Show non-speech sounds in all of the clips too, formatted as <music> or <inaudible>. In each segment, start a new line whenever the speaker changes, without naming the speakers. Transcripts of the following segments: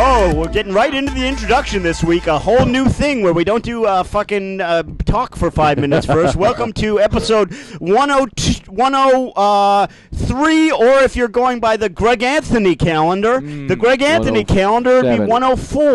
Oh, we're getting right into the introduction this week. A whole new thing where we don't do uh, fucking uh, talk for five minutes
<laughs>
first. Welcome to episode 102 103, oh, uh, or if you're going by the Greg Anthony calendar,
Hmm.
the Greg Anthony calendar would be
107.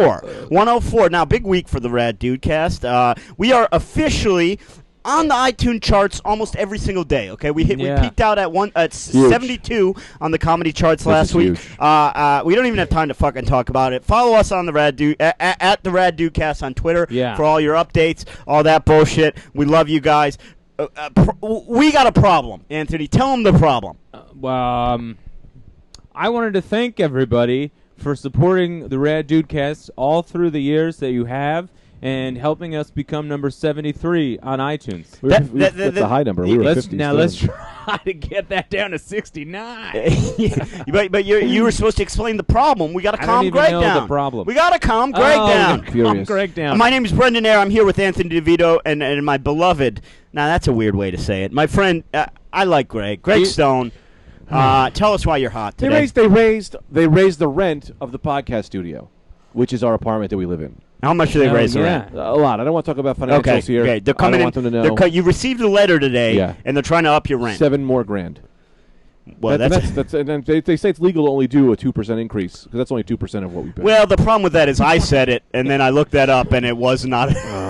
104. 104. Now, big week for the Rad Dude cast. Uh, we are officially. On the iTunes charts, almost every single day. Okay, we hit,
Yeah.
we peaked out at one at
Huge.
seventy-two on the comedy charts
This
last
is
week.
huge.
Uh, uh, we don't even have time to fucking talk about it. Follow us on the Rad Dude at, at the Rad Dude Cast on Twitter
Yeah.
for all your updates, all that bullshit. We love you guys. Uh, uh, pro- we got a problem, Anthony. Tell them the
<laughs>
problem. <laughs>
Well, um, I wanted to thank everybody for supporting the Rad Dude Cast all through the years that you have and helping us become number 73 on iTunes.
We
That-
were- we-
that-
that's
that-
a high number. We were
Let's,
50s
now
then.
let's <laughs> try to get that down to 69.
but but you you were supposed to explain the problem. We got to
I don't
calm
even
Greg
know the
down.
problem.
We got to calm Greg
oh, <laughs>
down.
Furious.
Greg down.
My name is Brendan Air. I'm here with Anthony DeVito and, and my beloved. Now that's a weird way to say it. My friend, uh, I like Greg. Greg
You-
Stone.
Hmm.
Uh, tell us why you're hot
They
today.
raised, they raised, they raised the rent of the podcast studio, which is our apartment that we live in.
How much do they
Oh,
raise the
yeah.
rent?
A lot. I don't want to talk about financials
Okay,
here.
okay. They're
I
coming
don't
in.
want them to
they're
know.
co- you received a letter today,
Yeah.
and they're trying to up your rent.
Seven more grand.
Well,
That-
that's,
that's, that's- and then they, they say it's legal to only do a two percent increase because that's only two percent of what we
<laughs>
pay.
well. The problem with that is I said it, and then I looked that up, and it was not. <laughs>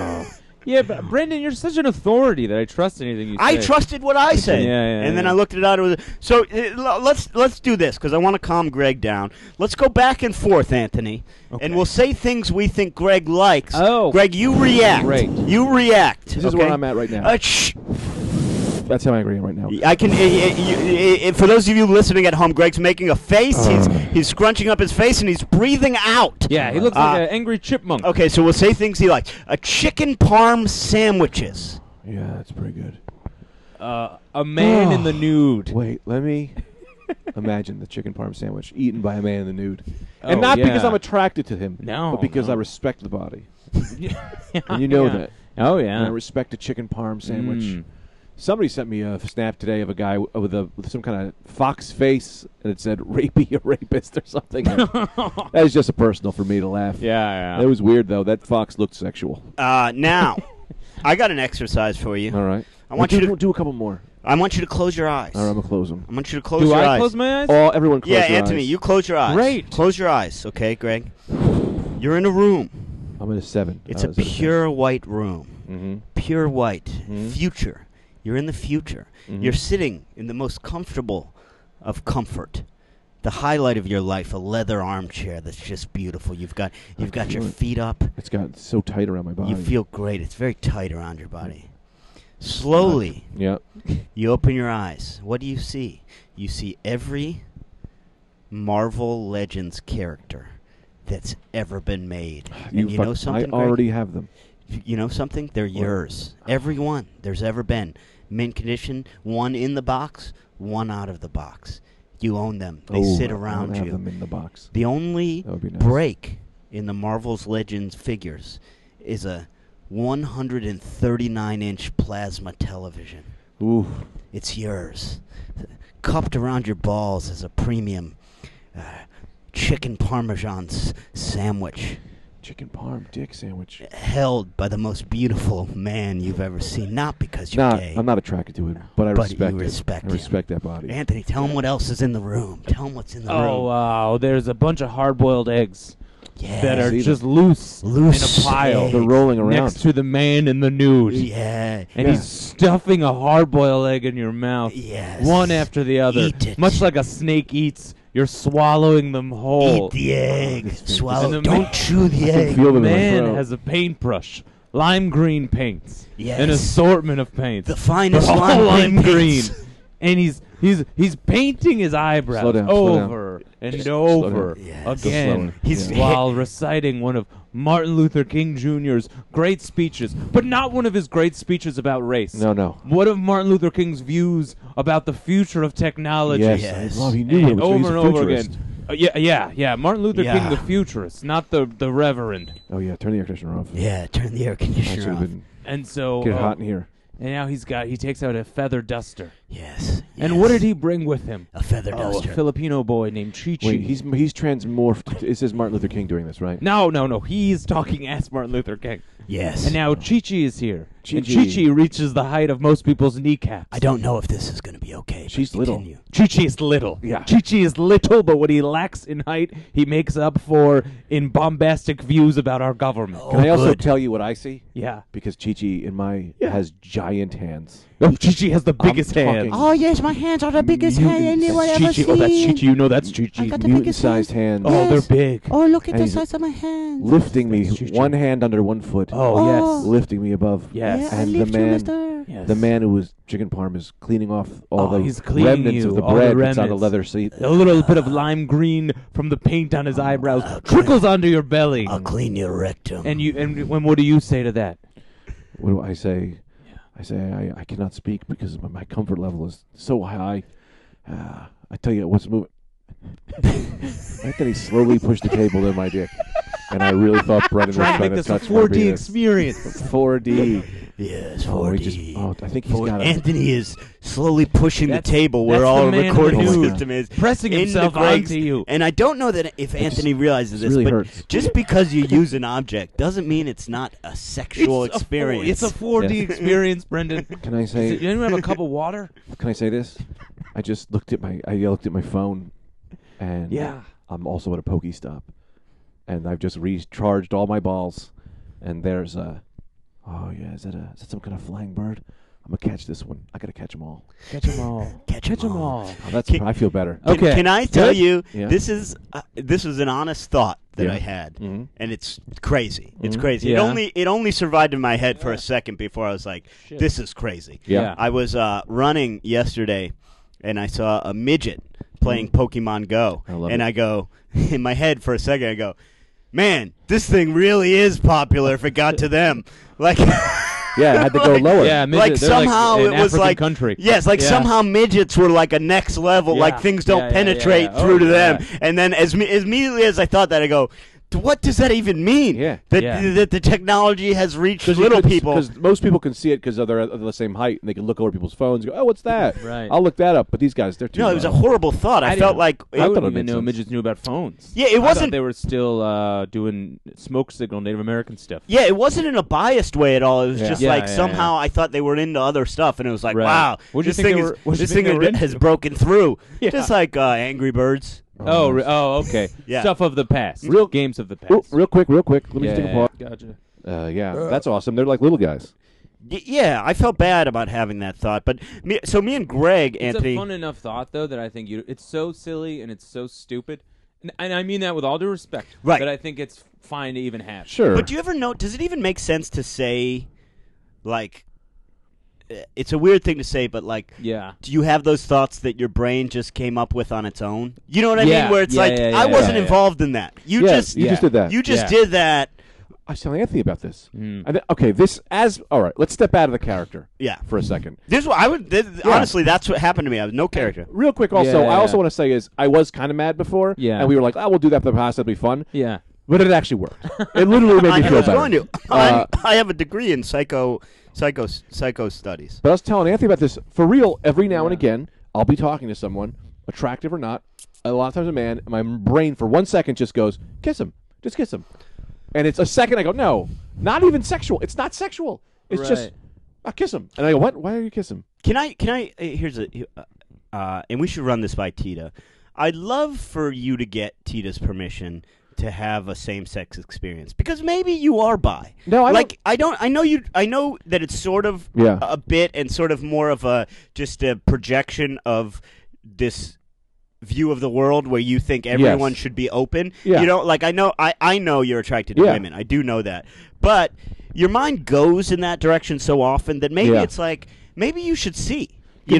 Oh,
yeah, but Brendan, you're such an authority that I trust anything you say.
I trusted what I said,
Yeah, yeah,
and then
yeah.
I looked it out. It was, so uh, l- let's let's do this because I want to calm Greg down. Let's go back and forth, Anthony, and we'll say things we think Greg likes.
Oh.
Greg, you react.
Great.
You react.
This is
okay?
where I'm at right now.
Uh, shh.
that's how I'm agreeing right now.
I can. i- i- you- i- i- for those of you listening at home, Greg's making a face.
Uh.
He's he's scrunching up his face and he's breathing out.
Yeah, he looks
Uh,
like an angry chipmunk.
Okay, so we'll say things he likes. A chicken parm
<laughs>
sandwiches.
Yeah, that's pretty good.
Uh, a man in the nude.
Oh,
<laughs>
Wait, let me
<laughs>
imagine the chicken parm sandwich eaten by a man in the nude, and
Oh,
not because
yeah.
I'm attracted to him,
No,
but because
no.
I respect the body.
and
And you know that.
Oh
and I
yeah.
respect a chicken parm sandwich.
Mm.
Somebody sent me a snap today of a guy w- with a with some kind of fox face, and it said "rapey" or "rapist" or
<laughs>
something. that was just a personal for me to laugh.
Hmm. <laughs> yeah,
It was weird though. That fox looked sexual.
Uh, now, I got an exercise for you.
All right.
I want
do,
you to-
do a couple more.
I want you to close your eyes.
All right, I'm gonna close them.
I want you to close
Do
your
I
eyes.
close my eyes?
All everyone. Close
yeah,
your
Anthony,
eyes.
you close your eyes.
Great.
Close your eyes, okay, Greg? You're in a room.
I'm at a seven.
It's a pure white room.
Mm-hmm.
Pure white.
Mhm.
Future. You're in the future.
Mhm.
You're sitting in the most comfortable of comfort. The highlight of your life, a leather armchair that's just beautiful. You've got you've got your
Excellent.
feet up.
It's got so tight around my body.
You feel great. It's very tight around your body. Slowly,
Yeah.
<laughs> you open your eyes. What do you see? You see every Marvel Legends character that's ever been
<sighs>
made. and you
fuck-
know something?
I
Greg?
already have them.
You know something? They're yours. Every one there's ever been. Mint condition, one in the box, one out of the box. You own them. They
Oh,
sit
I don't
around
have
you.
them in the box.
The only
That would be nice.
break in the Marvel's Legends figures is a 139 inch plasma television.
Ooh.
It's yours. Cupped around your balls is a premium uh, chicken parmesan s- sandwich
Chicken parm dick sandwich.
held by the most beautiful man you've ever seen. Not because you're
Not,
gay.
I'm not attracted to it, but I
But you
respect it.
respect
I
him.
respect that body.
Anthony, tell him what else is in the room. Tell him what's in the
Oh
room.
wow, there's a bunch of hard-boiled eggs
yeah.
that are
see them.
just loose,
Loose
in a pile
eggs.
They're rolling around.
next to the man in the nude,
yeah.
and
Yeah.
he's stuffing a hard-boiled egg in your mouth,
Yes.
one after the other,
Eat it.
much like a snake eats. You're swallowing them whole.
Eat the egg. Swallow.
And the
Don't
man-
chew the egg.
feel
the
them in my
man
throat.
has a paintbrush, lime green paints, an
Yes.
assortment of paints,
The finest
They're all
lime green paints.
<laughs> and he's he's he's painting his eyebrows
Slow down, slow down.
over and
Just slow down.
over
Yes. Just slow
again
down.
He's- Yeah.
while reciting one of Martin Luther King Jr.'s great speeches, but not one of his great speeches about race.
No, no.
One of Martin Luther King's views about the future of technology
Yes,
Yes.
I love. He knew it.
and
was- he's
over
a
and over
futurist.
again. Uh, yeah, yeah, yeah. Martin Luther
Yeah.
King, the futurist, not the the reverend.
Oh yeah, turn the air conditioner off.
<laughs> Yeah, turn the air
That should
conditioner
have
off.
been
And so,
get
uh,
hot in here.
and now he's got he takes out a feather duster
Yes.
And what did he bring with him?
A feather
Oh, a
duster.
Filipino boy named Chi Chi.
Wait, he's he's transmorphed. This is Martin Luther King doing this, right?
no, no, no. He's talking as Martin Luther King.
yes.
And now Chi Chi is here. And
Chi-Chi.
Chi Chi reaches the height of most people's kneecaps.
I don't know if this is going to be okay. but
She's little.
continue.
Chi Chi is little.
Yeah.
Chi Chi is little, but what he lacks in height, he makes up for in bombastic views about our government.
Oh,
Can I also
good.
tell you what I see?
Yeah.
Because Chi Chi in my
Yeah.
has giant hands.
No, Chi Chi Oh, has the biggest
talking-
hands.
Oh,
yes, my hands are the biggest hand anyone
Chi Chi. Oh, that's Chi Chi. You know that's Chi Chi.
I got the
Mutant
biggest
sized hands.
Oh,
Yes.
they're big.
Oh, look at
And
the
he's
size of my hands.
Lifting me,
That's Chi-Chi.
one hand under one foot.
Oh, yes.
Oh.
Lifting me above.
Yes.
Yeah, I
And the
lift you,
man-
mister.
yes.
The man who was chicken parm is cleaning off all
Oh,
the
he's cleaning
remnants
you,
of the
all the
bread that's on the
remnants.
leather seat.
A little bit of lime green from the paint on his eyebrows trickles onto your belly.
I'll clean your rectum.
And you and when what do you say to that?
What do I say? I say I, I cannot speak because my, my comfort level is so high. Uh, I tell you what's moving. <laughs> Anthony slowly pushed the table in my dick, and I really thought Brendan was
Trying to
trying
make
to
this a
touch my
4D
penis. <laughs>
experience.
4D.
yes,
Oh, we
4D.
just, oh, I think he's
For
got a,
Anthony is slowly pushing the
That's-
table
that's
where all
the man of the
recording
news.
system is,
Pressing
into
himself
Greg's-
onto you.
And I don't know that if Anthony realizes
it
this,
really
but
hurts.
just because you use an object doesn't mean it's not a sexual
It's a four-
experience.
it's a 4D
Yes. <laughs>
experience, Brendan.
Can I
Does
say?
anyone have a cup of water?
Can I say this? I just looked at my. I looked at my phone, and
Yeah.
I'm also at a PokeStop, and I've just recharged all my balls, and there's a. Oh yeah, is that a? Is that some kind of flying bird? I'm gonna catch this one. I gotta catch them all.
Catch them all.
Catch 'em
Catch 'em
all.
all.
Oh, that's.
Ki-
I feel better.
Can,
Okay.
can I tell
Good?
you
Yeah.
this is uh, this was an honest thought that
Yeah.
I had,
Mhm.
and it's crazy. It's
Mhm.
crazy. It
Yeah.
only it only survived in my head for a second before I was like, "This is crazy."
Yeah.
I was uh, running yesterday, and I saw a midget playing Pokemon Go,
Mm. I love
and
it.
I go <laughs> in my head for a second. I go, "Man, this thing really is popular." If it got to them, like. <laughs>
Yeah, I had to go
Like-
lower.
Yeah, midget,
like
they're like
somehow
an
it was
African
like
country.
Yes, like
Yeah.
somehow midgets were like a next level.
Yeah.
Like things don't
Yeah, yeah, yeah,
penetrate
yeah.
through
Oh,
to them.
yeah.
And then as, me- as immediately as I thought that, I go, "D- what does that even mean?
Yeah.
That
Yeah.
that the technology has reached
'Cause you
little
could-
people.
'cause most people can see it because they're at the same height, and they can look over people's phones. and Go, oh, what's that?
Right.
I'll look that up. But these guys, they're too.
No, it was a
low.
horrible thought. I,
I
felt
didn't-
like
I
thought it
wouldn't even
made
know
sense.
midgets knew about phones.
Yeah, it
I thought
wasn't-
they were still uh, doing smoke signal Native American stuff.
Yeah, it wasn't in a biased way at all. It was
Yeah.
just
Yeah,
like
yeah,
somehow I thought they were into other stuff, and it was like,
Right.
wow,
What'd you
this
think
thing
they
is
were- what'd you
this
think
thing
they were
has-
into?
has broken through,
<laughs> Yeah.
just like uh, Angry Birds.
Oh, re- oh, okay.
Yeah.
Stuff of the past.
Real-
games of the past.
Oh, real quick, real quick. Let me
yeah,
just take a pause.
Gotcha.
Uh, yeah, that's awesome. They're like little guys.
Y- yeah, I felt bad about having that thought, but me, so me and Greg,
It's
Anthony,
a fun enough thought though that I think you. It's so silly and it's so stupid, and, and I mean that with all due respect.
Right.
But I think it's fine to even have.
Sure.
But do you ever know? Does it even make sense to say, like, uh, it's a weird thing to say, but like,
Yeah.
do you have those thoughts that your brain just came up with on its own? You know what I
Yeah,
mean? Where it's
yeah,
like,
yeah,
I
yeah,
wasn't
yeah.
involved in that. You
Yeah,
just,
you just
yeah.
did that.
you just
yeah.
did that.
I was telling Anthony about this.
Mm.
I thi- okay, this as all right. Let's step out of the character.
Yeah.
for a second.
This what I would this, honestly. That's what happened to me. I was no character.
Real quick, also,
Yeah,
I also
yeah.
want to say is I was kind of mad before.
Yeah.
and we were like, "Oh, we'll do that for the past. That'll be fun."
Yeah.
But it actually worked. It literally made me
I
feel
was
better.
going to.
Uh,
I'm- <laughs> I have a degree in psycho, psycho, psycho studies.
But I was telling Anthony about this for real. Every now and again, I'll be talking to someone, attractive or not. A lot of times, a man, my brain for one second just goes, "Kiss him, just kiss him," and it's a second. I go, "No, not even sexual. It's not sexual. It's just."
Right.
I kiss him, and I go, "What? Why are you kiss him?"
Can I? Can I? uh, Here's a. uh, Uh, and we should run this by Tita. I'd love for you to get Tita's permission to have a same-sex experience because maybe you are bi.
No, I
like I don't. I know you. I know that it's sort of
Yeah.
a bit and sort of more of a just a projection of this view of the world where you think everyone
Yes.
should be open.
Yeah.
You know, like I know I, I know you're attracted to
Yeah.
women. I do know that. But your mind goes in that direction so often that maybe
Yeah.
it's like maybe you should see.
Give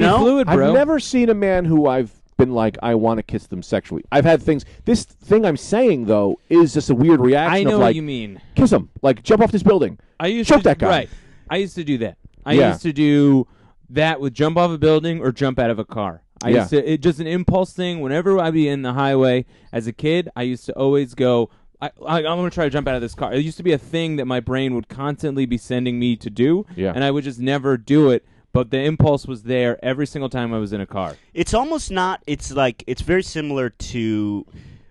You
me
know?
fluid, bro.
I've never seen a man who I've been like, I want to kiss them sexually. I've had things. This thing I'm saying though is just a weird reaction.
I know
of
what
like,
you mean.
Kiss him, like jump off this building.
I used
choke
to,
that guy.
Right. I used to do that. I
Yeah.
used to do that with jump off a building or jump out of a car. I
Yeah.
used to it just an impulse thing. Whenever I'd be in the highway as a kid, I used to always go. I, I, I'm gonna try to jump out of this car. It used to be a thing that my brain would constantly be sending me to do,
Yeah.
and I would just never do it. but the impulse was there every single time I was in a car.
It's almost not. It's like it's very similar to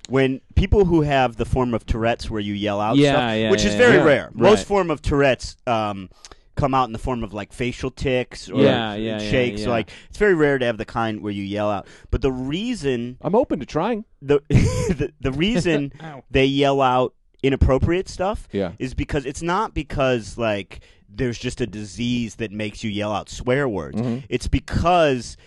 when people who have the form of Tourette's, where you yell out
Yeah,
stuff,
yeah,
which is
yeah,
very
yeah.
rare.
Right.
Most form of Tourette's um, come out in the form of like facial tics or
Yeah, yeah, yeah,
shakes.
yeah.
Like it's very rare to have the kind where you yell out. But the reason
I'm open to trying.
the <laughs> the, the
<laughs>
reason they yell out inappropriate stuff
Yeah.
is because it's not because like there's just a disease that makes you yell out swear words. It's because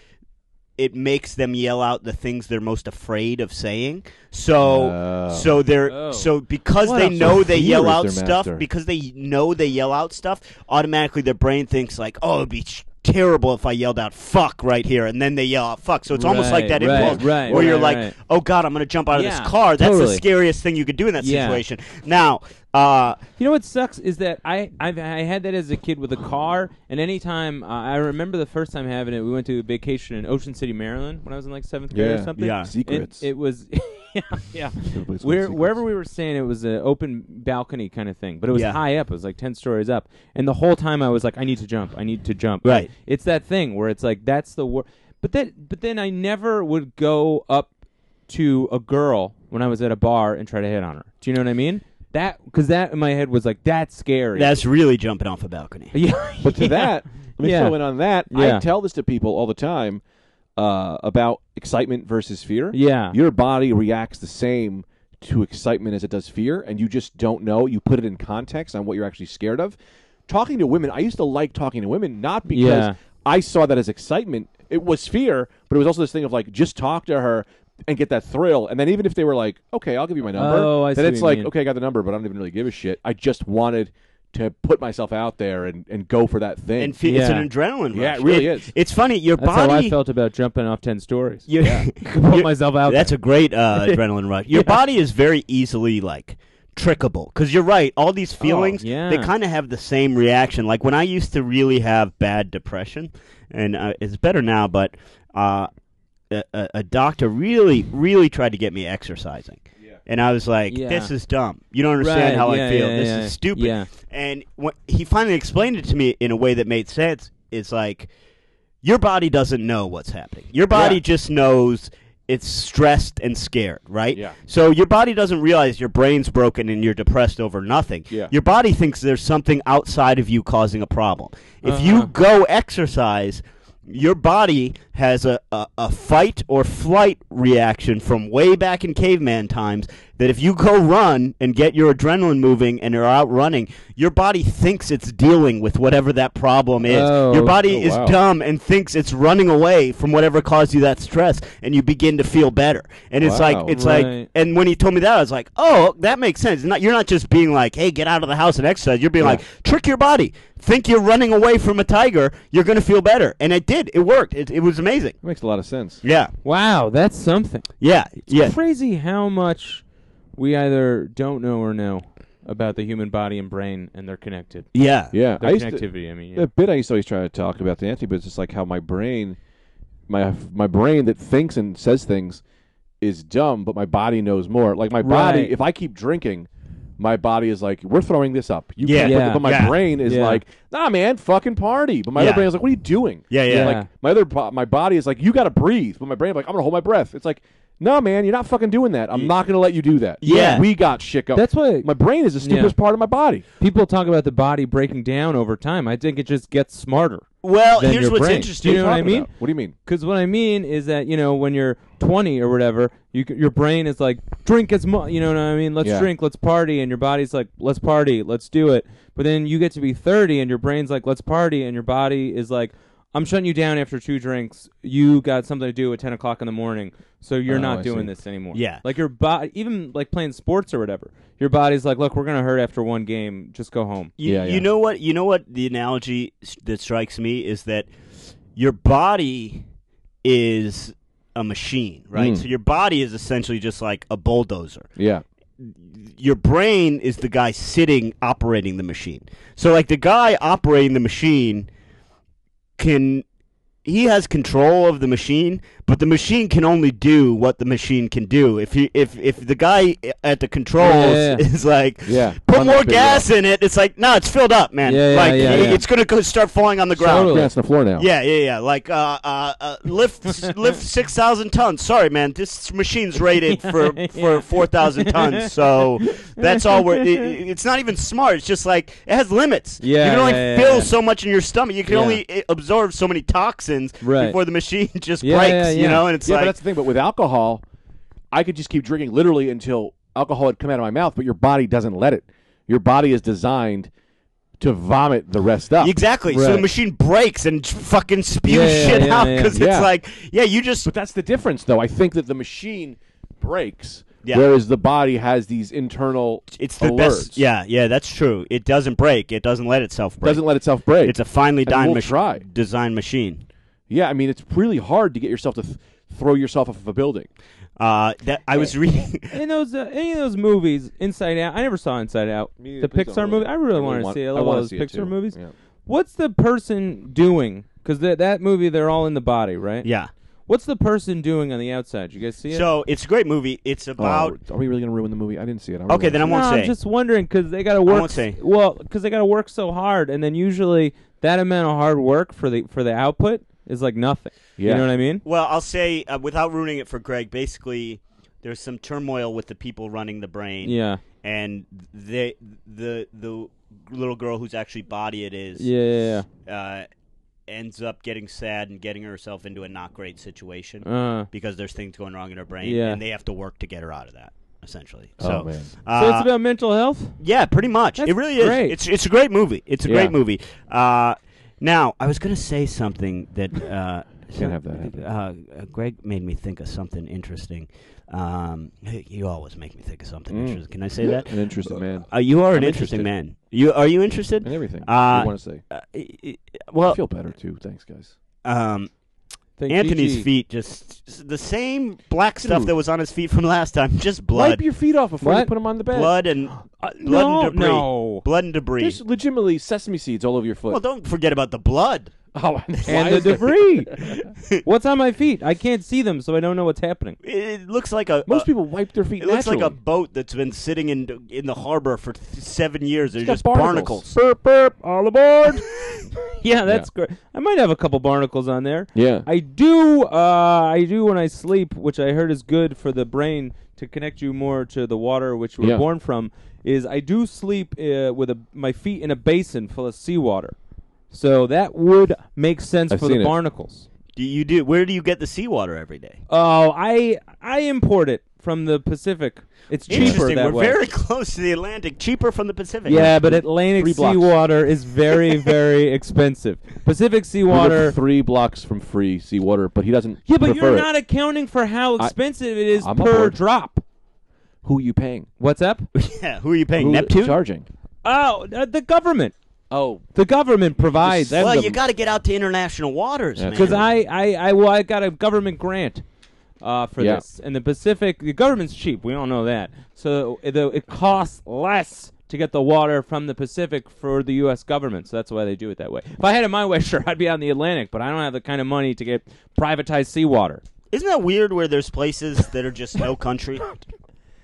it makes them yell out the things they're most afraid of saying. So
Oh.
so they're
Oh.
so because
What
they
else?
know
Their
they
fear
yell
is
out
their
stuff
master.
because they know they yell out stuff, automatically their brain thinks like, "Oh, it'd be sh- terrible if I yelled out fuck right here." And then they yell out fuck. So it's almost like
Right,
that
right,
impulse
right,
where you're
right,
like,
right.
"Oh god, I'm going to jump out of
Yeah,
this car." That's
totally.
the scariest thing you could do in that
Yeah.
situation. Now, uh
You know what sucks is that I I've, I had that as a kid with a car, and anytime uh, I remember the first time having it, we went to a vacation in Ocean City, Maryland, when I was in like seventh grade or
Yeah.
something.
Yeah.
Secrets.
It, it was, <laughs> yeah, yeah.
Everybody's got
Where,
secrets.
wherever we were staying, it was an open balcony kind of thing, but it was
Yeah.
high up. It was like ten stories up, and the whole time I was like, I need to jump. I need to jump.
Right.
It's that thing where it's like that's the wor But that, but then I never would go up to a girl when I was at a bar and try to hit on her. Do you know what I mean? That because that in my head was like that's scary.
that's really jumping off a balcony.
<laughs> yeah.
But to
<laughs> yeah.
that, let me
Yeah.
throw in on that.
Yeah.
I tell this to people all the time uh, about excitement versus fear.
Yeah.
Your body reacts the same to excitement as it does fear, and you just don't know. You put it in context on what you're actually scared of. Talking to women, I used to like talking to women, not because
Yeah.
I saw that as excitement. It was fear, but it was also this thing of like, just talk to her and get that thrill. And then even if they were like, okay, I'll give you my number,
Oh, I
then
see
it's
what you
like,
mean.
okay, I got the number, but I don't even really give a shit. I just wanted to put myself out there and, and go for that thing.
And fe- it's
Yeah.
an adrenaline rush.
Yeah, it really is.
It's funny, your
That's
body
how I felt about jumping off ten stories.
You- <laughs>
<laughs> Put
you-
myself out.
That's a great uh, adrenaline rush. Your body is very easily like trickable because you're right. All these feelings,
yeah.
they kind of have the same reaction. Like when I used to really have bad depression, and uh, it's better now, but uh, a, a a doctor really, really tried to get me exercising. And I was like,
Yeah.
"This is dumb. You don't understand
Right,
how
yeah,
I feel.
yeah,
this
yeah.
is stupid."
Yeah.
And when he finally explained it to me in a way that made sense. It's like your body doesn't know what's happening. Your body
Yeah.
just knows it's stressed and scared, right?
Yeah.
So your body doesn't realize your brain's broken and you're depressed over nothing.
Yeah.
Your body thinks there's something outside of you causing a problem. If
Uh-huh.
you go exercise, your body has a, a, a fight or flight reaction from way back in caveman times that if you go run and get your adrenaline moving and you're out running, your body thinks it's dealing with whatever that problem is.
Oh,
your body
oh,
is
wow.
dumb dumb um, and thinks it's running away from whatever caused you that stress and you begin to feel better and it's
Wow.
like it's
Right.
like and when he told me that i was like oh that makes sense It's not, you're not just being like hey get out of the house and exercise you're being
Yeah.
like trick your body think you're running away from a tiger you're going to feel better and it did it worked it, it was amazing
That makes a lot of sense.
yeah
Wow, that's something.
yeah yeah
crazy how much we either don't know or know about the human body and brain, and they're connected.
yeah
Yeah,
Their
I used to,
connectivity. I mean, yeah.
a bit I used to always try to talk about the Anthony, but it's just like how my brain, my my brain that thinks and says things, is dumb, but my body knows more. Like my
Right.
body, if I keep drinking, my body is like, we're throwing this up. You
Yeah.
can't drink it."
Yeah.
but my
Yeah.
brain is
Yeah.
like, nah, man, fucking party. But my
Yeah.
other brain is like, what are you doing?
Yeah, yeah.
Yeah.
Like my other, bo- my body is like, you got to breathe, but my brain is like, I'm gonna hold my breath. It's like. No man, you're not fucking doing that. I'm not gonna let you do that.
Yeah.
we got shit going.
That's why-
my brain is the stupidest part of my body.
people talk about the body breaking down over time. I think it just gets smarter.
well
Then
here's
your
what's
brain.
interesting
You know what I
Talking
mean?
about. What do you mean?
Because what I mean is that you know when you're 20 or whatever, you, c- your brain is like drink as much. You know what I mean? Let's
Yeah.
drink, let's party, and your body's like let's party, let's do it. But then you get to be 30, and your brain's like let's party, and your body is like I'm shutting you down after two drinks. You got something to do at 10 o'clock in the morning, so you're
Oh,
not
I
doing
see.
this anymore.
Yeah.
like your body, even like playing sports or whatever, your body's like look, we're gonna hurt after one game. Just go home.
You,
Yeah,
you
yeah.
know what? You know what? The analogy s- that strikes me is that your body is a machine, right?
Hmm.
So your body is essentially just like a bulldozer.
Yeah.
Your brain is the guy sitting operating the machine. So like the guy operating the machine can he has control of the machine, But the machine can only do what the machine can do. If you if if the guy at the controls
Yeah, yeah, yeah.
is like,
Yeah,
put
run
more
that big
gas in it, it's like, no, it's filled up, man.
Yeah, yeah,
like
yeah,
it-
yeah.
it's gonna go start falling on the ground.
Totally.
Yeah, it's on the floor
Oh.
now.
Yeah, yeah, yeah. Like uh, uh, uh,
<laughs>
lift lift six thousand tons. Sorry, man. This machine's rated
<laughs>
for for four thousand tons. So that's all we're. It, it- it's not even smart. It's just like it has limits.
Yeah,
you can only
yeah, yeah,
fill
yeah.
so much in your stomach. You can
Yeah.
only uh, absorb so many toxins
Right.
before the machine <laughs> just
Yeah,
breaks.
yeah,
You
yeah.
know, and it's
yeah,
like
but that's the thing. But with alcohol, I could just keep drinking literally until alcohol had come out of my mouth, but your body doesn't let it. Your body is designed to vomit the rest up.
exactly. So the
Right.
machine breaks and j- fucking spews
Yeah, yeah,
shit
yeah,
out
yeah.
because
Yeah.
it's like, yeah, you just
But that's the difference, though. I think that the machine breaks,
Yeah.
whereas the body has these internal
it's the
alerts.
best. Yeah, yeah, that's true. It doesn't break. It doesn't let itself break.
doesn't let itself break.
It's a finely
And
dined
we'll
mach-
try.
designed machine.
yeah, I mean, it's really hard to get yourself to th- throw yourself off of a building.
Uh, that I was reading. <laughs>
<laughs> In those uh, any of those movies, Inside Out. I never saw Inside Out.
Me-
the
please
Pixar
don't really-
movie. I really
I
wanted
want-
to see it. I
I
love all
wanna
those
see it
Pixar
too.
movies.
Yeah.
What's the person doing? Because that that movie, they're all in the body, right?
yeah.
What's the person doing on the outside? You guys see it?
So it's a great movie. It's about.
Oh, are we really going to ruin the movie? I didn't see it. I'm
okay,
really-
then I
no,
won't
I'm
say.
just wondering because they got to work.
won't say.
s- Well, because they got to work so hard, and then usually that amount of hard work for the for the output is like nothing. You
Yeah.
know what I mean?
well, I'll say uh, without ruining it for Greg. Basically, there's some turmoil with the people running the brain.
Yeah.
And they the the little girl whose actually body it is.
Yeah. yeah,
Uh, ends up getting sad and getting herself into a not great situation
yeah. Uh,
because there's things going wrong in her brain,
Yeah.
and they have to work to get her out of that. Essentially.
Oh,
so.
man.
Uh,
so it's about mental health.
Yeah, pretty much.
That's
it really is.
great.
It's it's a great movie. It's a
Yeah.
great movie. Uh, now I was gonna say something that uh,
<laughs> Can't have that happen.
Uh, Greg made me think of something interesting. Um, <laughs> you always make me think of something
Mm.
interesting. Can I say
<laughs>
that?
An interesting man
Uh, you are an
I'm
interesting
interested.
man. You are you interested?
and everything.
Uh,
I want to say.
Uh, i- i-
I
well,
feel better too. Thanks, guys.
um,
Think
Anthony's
GG.
feet just the same black stuff
Dude.
that was on his feet from <laughs> last time. Just blood,
Hmm. Wipe your feet off before you
What?
put them on the bed.
blood and
Uh,
blood
no,
and debris.
no.
Blood and debris.
There's legitimately sesame seeds all over your foot.
well, don't forget about the blood.
<laughs>
<laughs>
oh,
And the debris. what's on my feet? I can't see them, so I don't know what's happening.
It, it looks like a
Most
a-
people wipe their feet
Uh, It looks like
naturally.
a boat that's been sitting in in the harbor for th- seven years. They're
got
just
barnacles.
barnacles.
Burp, burp, all aboard. <laughs> yeah, that's great. I might have a couple barnacles on there.
yeah.
I do. Uh, I do when I sleep, which I heard is good for the brain to connect you more to the water which you were
Yeah.
born from. Is I do sleep uh, with a, my feet in a basin full of seawater, so that would make sense
I've
for the
seen it.
barnacles.
Do you do? Where do you get the seawater every day?
Oh, I I import it from the Pacific. It's cheaper
Interesting.
that
We're
way.
very <laughs> close to the Atlantic. Cheaper from the Pacific.
yeah, but Atlantic
Three blocks.
seawater is
<laughs>
very, very expensive. Pacific
We live
seawater.
three blocks from free seawater, but he doesn't.
Yeah, but
prefer
you're
it.
not accounting for how expensive it is
I'm
per
aboard.
drop.
Who are you paying?
What's up?
<laughs> Yeah, Who are you paying?
Who
Neptune.
charging?
<laughs> Oh, uh, the government.
Oh,
The government provides
Well,
well,
them.
you got to get out to international waters,
That's
because
man.
I, I, I, well, I got a government grant uh, for
Yeah.
this. And the Pacific, the government's cheap. We all know that. So it, though it costs less to get the water from the Pacific for the U.S. government. So that's why they do it that way. If I had it my way, <laughs> sure, I'd be out in the Atlantic. But I don't have the kind of money to get privatized seawater.
Isn't that weird? Where there's places that are just no
<laughs>
country.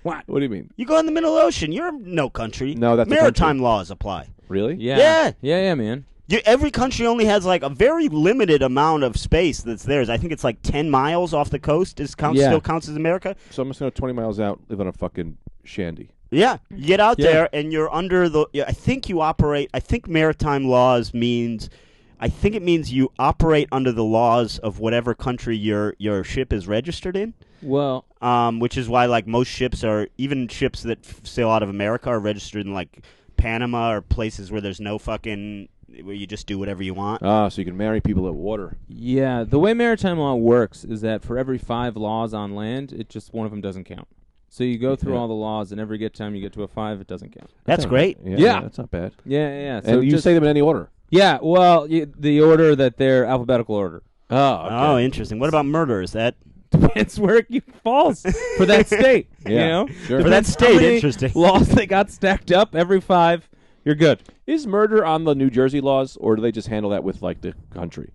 What?
what do you mean?
You go in the middle ocean, you're no country.
No, that's a country.
maritime laws apply.
Really?
Yeah.
Yeah.
Yeah, yeah, man.
You, every country only has like a very limited amount of space that's theirs. I think it's like ten miles off the coast. Is counts
Yeah.
still counts as America?
So I'm just gonna 20 miles out, live on a fucking shanty.
Yeah, you get out
Yeah.
there and you're under the. yeah, I think you operate. I think maritime laws means. I think it means you operate under the laws of whatever country your your ship is registered in.
Well,
Um, which is why like most ships are even ships that f- sail out of America are registered in like Panama or places where there's no fucking where you just do whatever you
Oh,
want.
Ah, so you can marry people at water.
yeah. The way maritime law works is that for every five laws on land, it just one of them doesn't count. So you go through
Yeah.
all the laws, and every good time you get to a five, it doesn't count.
That's
not-
great.
Yeah,
Yeah.
that's not bad.
Yeah, yeah. yeah. So
and you
just-
say them in any order.
yeah. Well, y- the order that they're alphabetical order <laughs>
Oh, okay.
Oh, interesting. What about murder? Is that
depends where it falls for that <laughs> state. You
Yeah,
know,
sure.
For that
Depends how
state,
many
interesting.
<laughs> Laws that got stacked up every five. You're good.
Is murder on the New Jersey laws, or do they just handle that with like the country?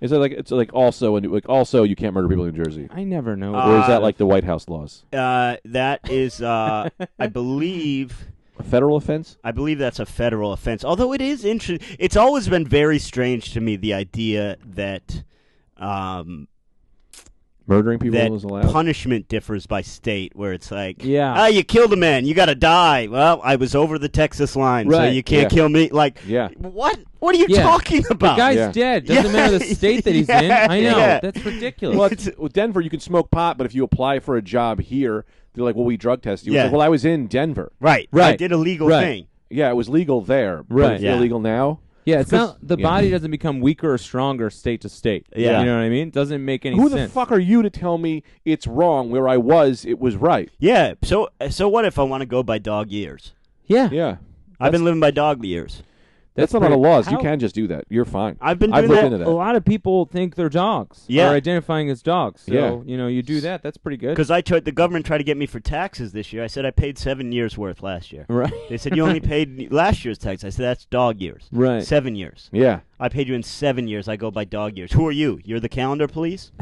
Is it like it's like also and like also you can't murder people in New Jersey,
I never know.
Uh,
or is that like the White House laws?
Uh, that is,
<laughs>
uh, I believe.
A federal offense?
I believe that's a federal offense. Although it is interesting, it's always been very strange to me the idea that um,
Murdering people
that
is allowed.
punishment differs by state, where it's like,
Yeah.
ah, you killed a man, you got to die. Well, I was over the Texas line, so
Right,
you can't
yeah.
kill me. Like, <laughs>
Yeah.
what? What are you
Oh, Yeah.
talking about?
Guy's
Yeah.
dead. Doesn't
Yeah.
matter the state that <laughs> he's in. I know.
Yeah.
That's ridiculous.
well, it's, well, Denver, you can smoke pot, but if you apply for a job here, they're like, "Well, we drug test you." It's
Yeah.
like, well, I was in Denver.
right, I
Right.
did a legal
Right.
thing.
Yeah, it was legal there,
Right.
But it's
Yeah.
illegal now.
yeah, it's not the
yeah.
body doesn't become weaker or stronger state to state.
Yeah.
You know what I mean? It doesn't make any
Who the
sense.
fuck are you to tell me it's wrong where I was? It was right.
Yeah. So, so what if I want to go by dog years?
Yeah.
Yeah,
I've been living by dog years.
that's, not
pretty-
on the laws. You
how-
can just do that. You're fine.
I've been
I've
doing
looked
that
into
A
that.
lot of people think they're dogs.
Yeah.
Are identifying as dogs. So,
Yeah.
you know, you do that. That's pretty good.
Because I tried, the government tried to get me for taxes this year. I said I paid seven years worth last year.
<laughs> Right.
They said you only paid last year's tax. I said that's dog years.
Right.
Seven years.
Yeah,
I paid you in seven years. I go by dog years. Who are you? You're the calendar police.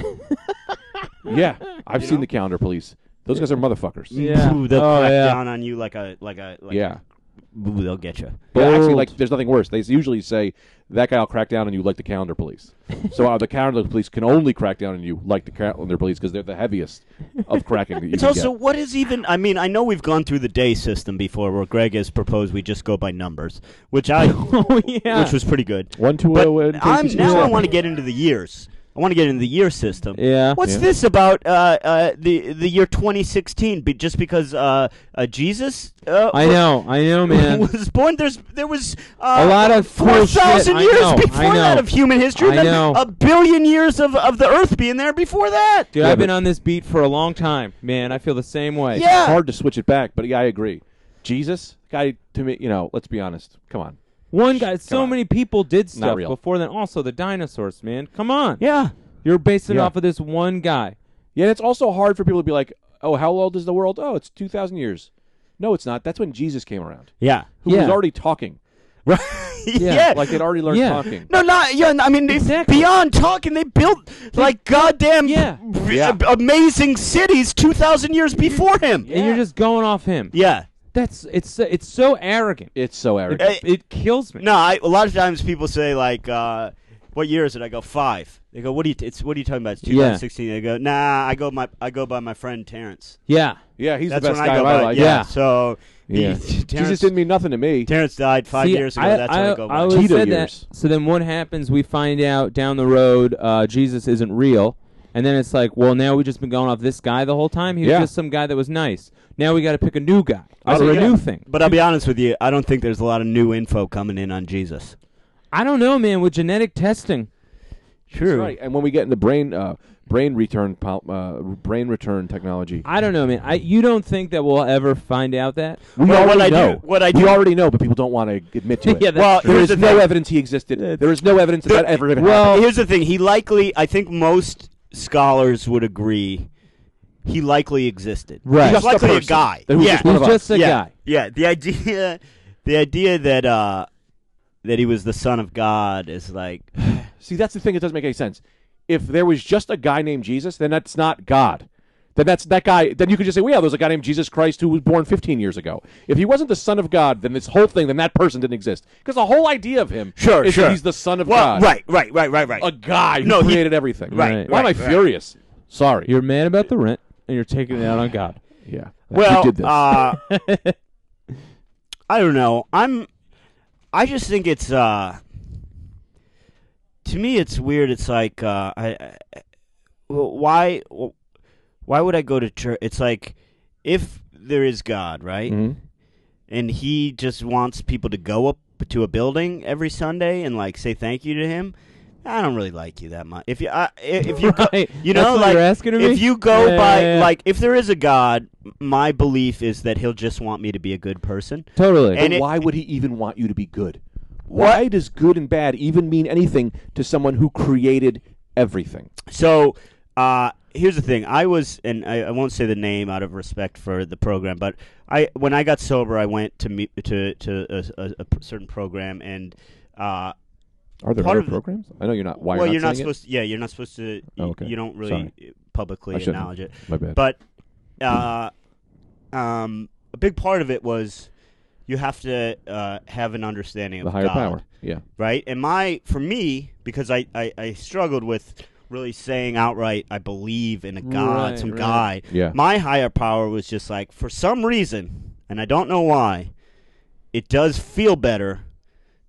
<laughs>
yeah. I've seen the calendar police. Those guys are motherfuckers.
Yeah.
Ooh, they'll
Oh,
crack
yeah.
down on you like a like a like
Yeah.
a- ooh, they'll get you.
But actually,
Bold.
like, there's nothing worse. They usually say that guy will crack down on you like the calendar police. so uh, the calendar police can only crack down on you like the calendar police because they're the heaviest of cracking. That you
It's
can
also
get.
what is even. I mean, I know we've gone through the day system before, where Greg has proposed we just go by numbers, which I,
<laughs> oh, yeah.
which was pretty good.
one two
But
oh, and
I'm,
KCC.
now I want to get into the years. I want to get into the year system.
Yeah.
What's
Yeah.
this about uh, uh, the the year 2016? Be, just because uh, uh, Jesus? Uh, <laughs>
I know. I know, man.
Was born. There's there was uh,
A lot of cool
four
shit.
thousand
I
years
know, I
before that
know.
of human history.
I
then
know.
A billion years of, of the Earth being there before that.
Dude,
Yeah,
I've been
but-
on this beat for a long time, man. I feel the same way.
Yeah.
It's hard to switch it back, but yeah, I agree. Jesus, guy to me, you know. Let's be honest. Come on.
One guy, so
on.
many people did stuff
real.
before then. Also, the dinosaurs, man. Come on.
Yeah.
You're basing it
Yeah.
off of this one guy.
Yeah, and it's also hard for people to be like, oh, how old is the world? Oh, it's two thousand years. No, it's not. That's when Jesus came around.
Yeah.
Who was
Yeah.
already talking?
<laughs> Right.
Yeah,
yeah.
Like they'd already learned
Yeah.
talking.
No, not yeah. I mean, they-
Exactly.
beyond talking, they built like goddamn
Yeah.
r-
Yeah.
ab- amazing cities two thousand years before him.
And you're just going off him.
Yeah.
That's it's it's so arrogant. It,
It's so arrogant.
Hey.
it kills me.
No, I, a lot of times people say like, uh, "What year is it?" I go five. They go, "What are you? It's what are you talking about?" It's
Yeah.
2016. They go, "Nah, I go my I go by my friend Terrence.
Yeah.
Yeah, he's
That's
the best
when
guy
I
in
go
my
by.
life.
Yeah.
Yeah.
So the-
Yeah. Jesus
Terrence,
didn't mean nothing to me.
Terrence died five
See,
years ago. that's when I go by.
always
Cheetah
said
years.
That. So then what happens? We find out down the road uh, Jesus isn't real. And then it's like, well, now we've just been going off this guy the whole time. He was
Yeah.
just some guy that was nice. Now we got to pick a new guy
I
or a
see.
new
Yeah.
thing.
but I'll be honest with you, I don't think there's a lot of new info coming in on Jesus.
I don't know, man. With genetic testing,
True.
That's right. And when we get into brain uh, brain return pol- uh, brain return technology,
I don't know, man. I you don't think that we'll ever find out that?
we
Well, what
already
I do-
know.
what I
we
do-
already know, but people don't want to
<laughs>
admit to it.
Yeah, that's
Well,
true.
there
here's
is
the
no
thing.
evidence he existed. There is no evidence that, that ever even
Well,
happened.
here's the thing. He likely, I think most scholars would agree, he likely existed.
Right.
He's
Just a
likely a,
person.
guy.
Who was
yeah.
just one of
He's just
us.
a
yeah.
guy.
Yeah. The idea, the idea that uh, that he was the son of God is like,
See, that's the thing that doesn't make any sense. If there was just a guy named Jesus, then that's not God. Then that's that guy. Then you could just say, well, "Yeah, there's a guy named Jesus Christ who was born 15 years ago." If he wasn't the Son of God, then this whole thing, then that person didn't exist. Because the whole idea of him,
Sure,
is
sure.
that he's the Son of
well,
God,
right, right, right, right, right.
A guy who
No, he-
created everything.
Right,
Why am I
right, right.
furious? Sorry.
You're mad about the rent, and you're taking it out on God.
yeah.
well,
you did this.
uh,
<laughs>
I don't know. I'm. I just think it's. uh To me, it's weird. It's like uh, I, I. well, Why? Why would I go to church? It's like if there is God, right?
Mm-hmm.
Mhm.
and he just wants people to go up to a building every Sunday and like say thank you to him. I don't really like you that much. If you, I, if you, go,
<laughs> Right.
you
That's
know,
what
like
you're asking of me?
if you go
Yeah,
by,
yeah, yeah.
like, if there is a God, m- my belief is that He'll just want me to be a good person.
Totally.
And
But
it-
why would he even want you to be good? Why does good and bad even mean anything to someone who created everything?
So uh, here's the thing: I was, and I, I won't say the name out of respect for the program, but I when I got sober, I went to meet to to a, a, a certain program, and uh,
Are there
Part
other
of the-
programs? I know you're not.
well,
Why you're,
you're not
saying
supposed. To, yeah, you're not supposed to.
Oh,
y-
okay.
You don't really
Sorry. I
publicly
shouldn't.
acknowledge it.
It? My bad.
But uh, um, a big part of it was you have to uh, have an understanding of
the higher
God,
power. Yeah.
right? And my for me because I, I, I struggled with really saying outright I believe in a God,
Right,
some
right.
guy.
Yeah.
My higher power was just like for some reason, and I don't know why, it does feel better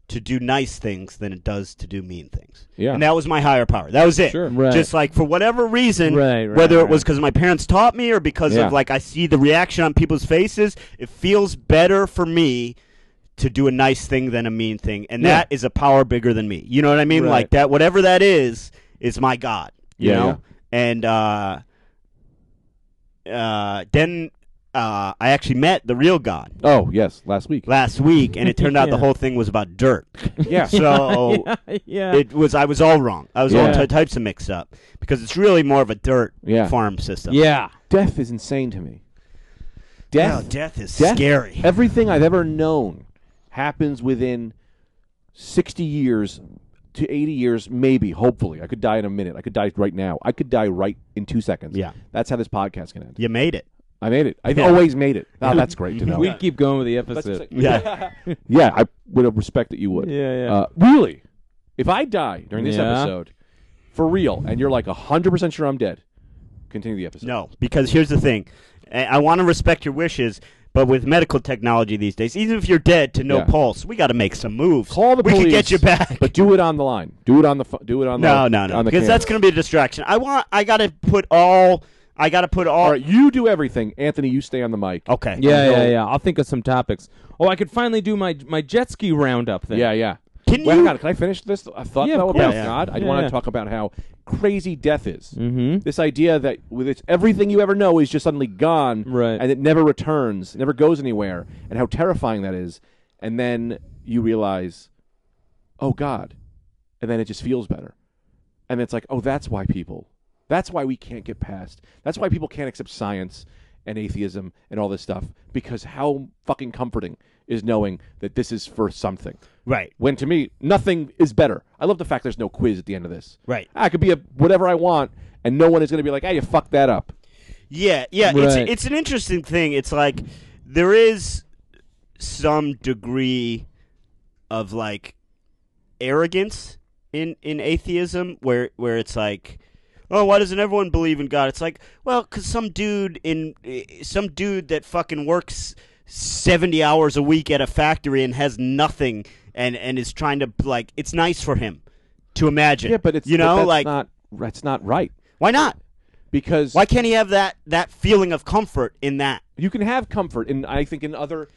to do nice things than it does to do mean things.
Yeah.
And that was my higher power. That was it.
Sure.
Right.
Just like for whatever reason,
Right, right,
whether
right.
it was because my parents taught me or because
Yeah.
of like I see the reaction on people's faces, it feels better for me to do a nice thing than a mean thing, and
Yeah.
that is a power bigger than me. You know what I mean?
Right.
Like that, whatever that is, is my God. You
Yeah,
know, and uh, uh, then uh, I actually met the real God
oh yes, last week.
last week, and it turned out
<laughs>
the
Yeah.
whole thing was about dirt. <laughs>
yeah.
So
yeah.
it was I was all wrong. I was all
Yeah.
ty- types of mixed up because it's really more of a dirt
Yeah.
farm system.
yeah.
Death is insane to me.
Wow,
Death.
death is
Death?
scary.
Everything I've ever known happens within 60 years to 80 years, maybe, hopefully. I could die in a minute. I could die right now. I could die right in two seconds.
Yeah.
That's how this podcast can end.
You made it.
I made it. I've
Yeah.
always made it. Oh,
<laughs>
that's great to know.
We keep going with the episode.
<laughs>
Mm.
Yeah,
yeah, I would respect that you would.
Yeah, yeah.
Uh, really, if I die during this
Yeah.
episode, for real, and you're like 100% sure I'm dead, continue the episode.
no, because here's the thing. I, I want to respect your wishes, but with medical technology these days, even if you're dead to no
Yeah.
pulse, we got to make some moves.
Call the
we
police.
could get you back.
But do it on the line. Do it on the pho- do it
<laughs>
on
no,
the
no, no,
on the
because
camera.
that's going to be a distraction. I want. I got to put all. I got to put all.
All right, you do everything. Anthony, you stay on the mic.
Okay.
Yeah, yeah,
Until-
yeah. I'll think of some topics. Oh, I could finally do my my jet ski roundup thing.
Yeah, yeah.
Can
Wait,
you-
hang on. Can I finish this? I thought
Yeah, of
though
course.
about
Yeah, yeah.
God. I
Yeah,
want to
yeah.
talk about how crazy death is.
Mm-hmm.
This idea that with it's everything you ever know is just suddenly gone,
Right.
And it never returns, never goes anywhere, and how terrifying that is. And then you realize, oh God, and then it just feels better. And it's like, oh, that's why people, that's why we can't get past, that's why people can't accept science and atheism and all this stuff because how fucking comforting is knowing that this is for something.
Right.
When to me, nothing is better. I love the fact there's no quiz at the end of this.
Right.
I could be a whatever I want, and no one is going to be like, "Hey, you fucked that up."
Yeah, yeah.
Right.
It's it's an interesting thing. It's like there is some degree of like arrogance in in atheism where where it's like oh why doesn't everyone believe in god it's like well cuz some dude in eh, some dude that fucking works 70 hours a week at a factory and has nothing and and is trying to like it's nice for him to imagine
Yeah, but it's
you
but
know
that's
like
not that's not right
why not
because
why can't he have that that feeling of comfort in that
you can have comfort, and I think in other,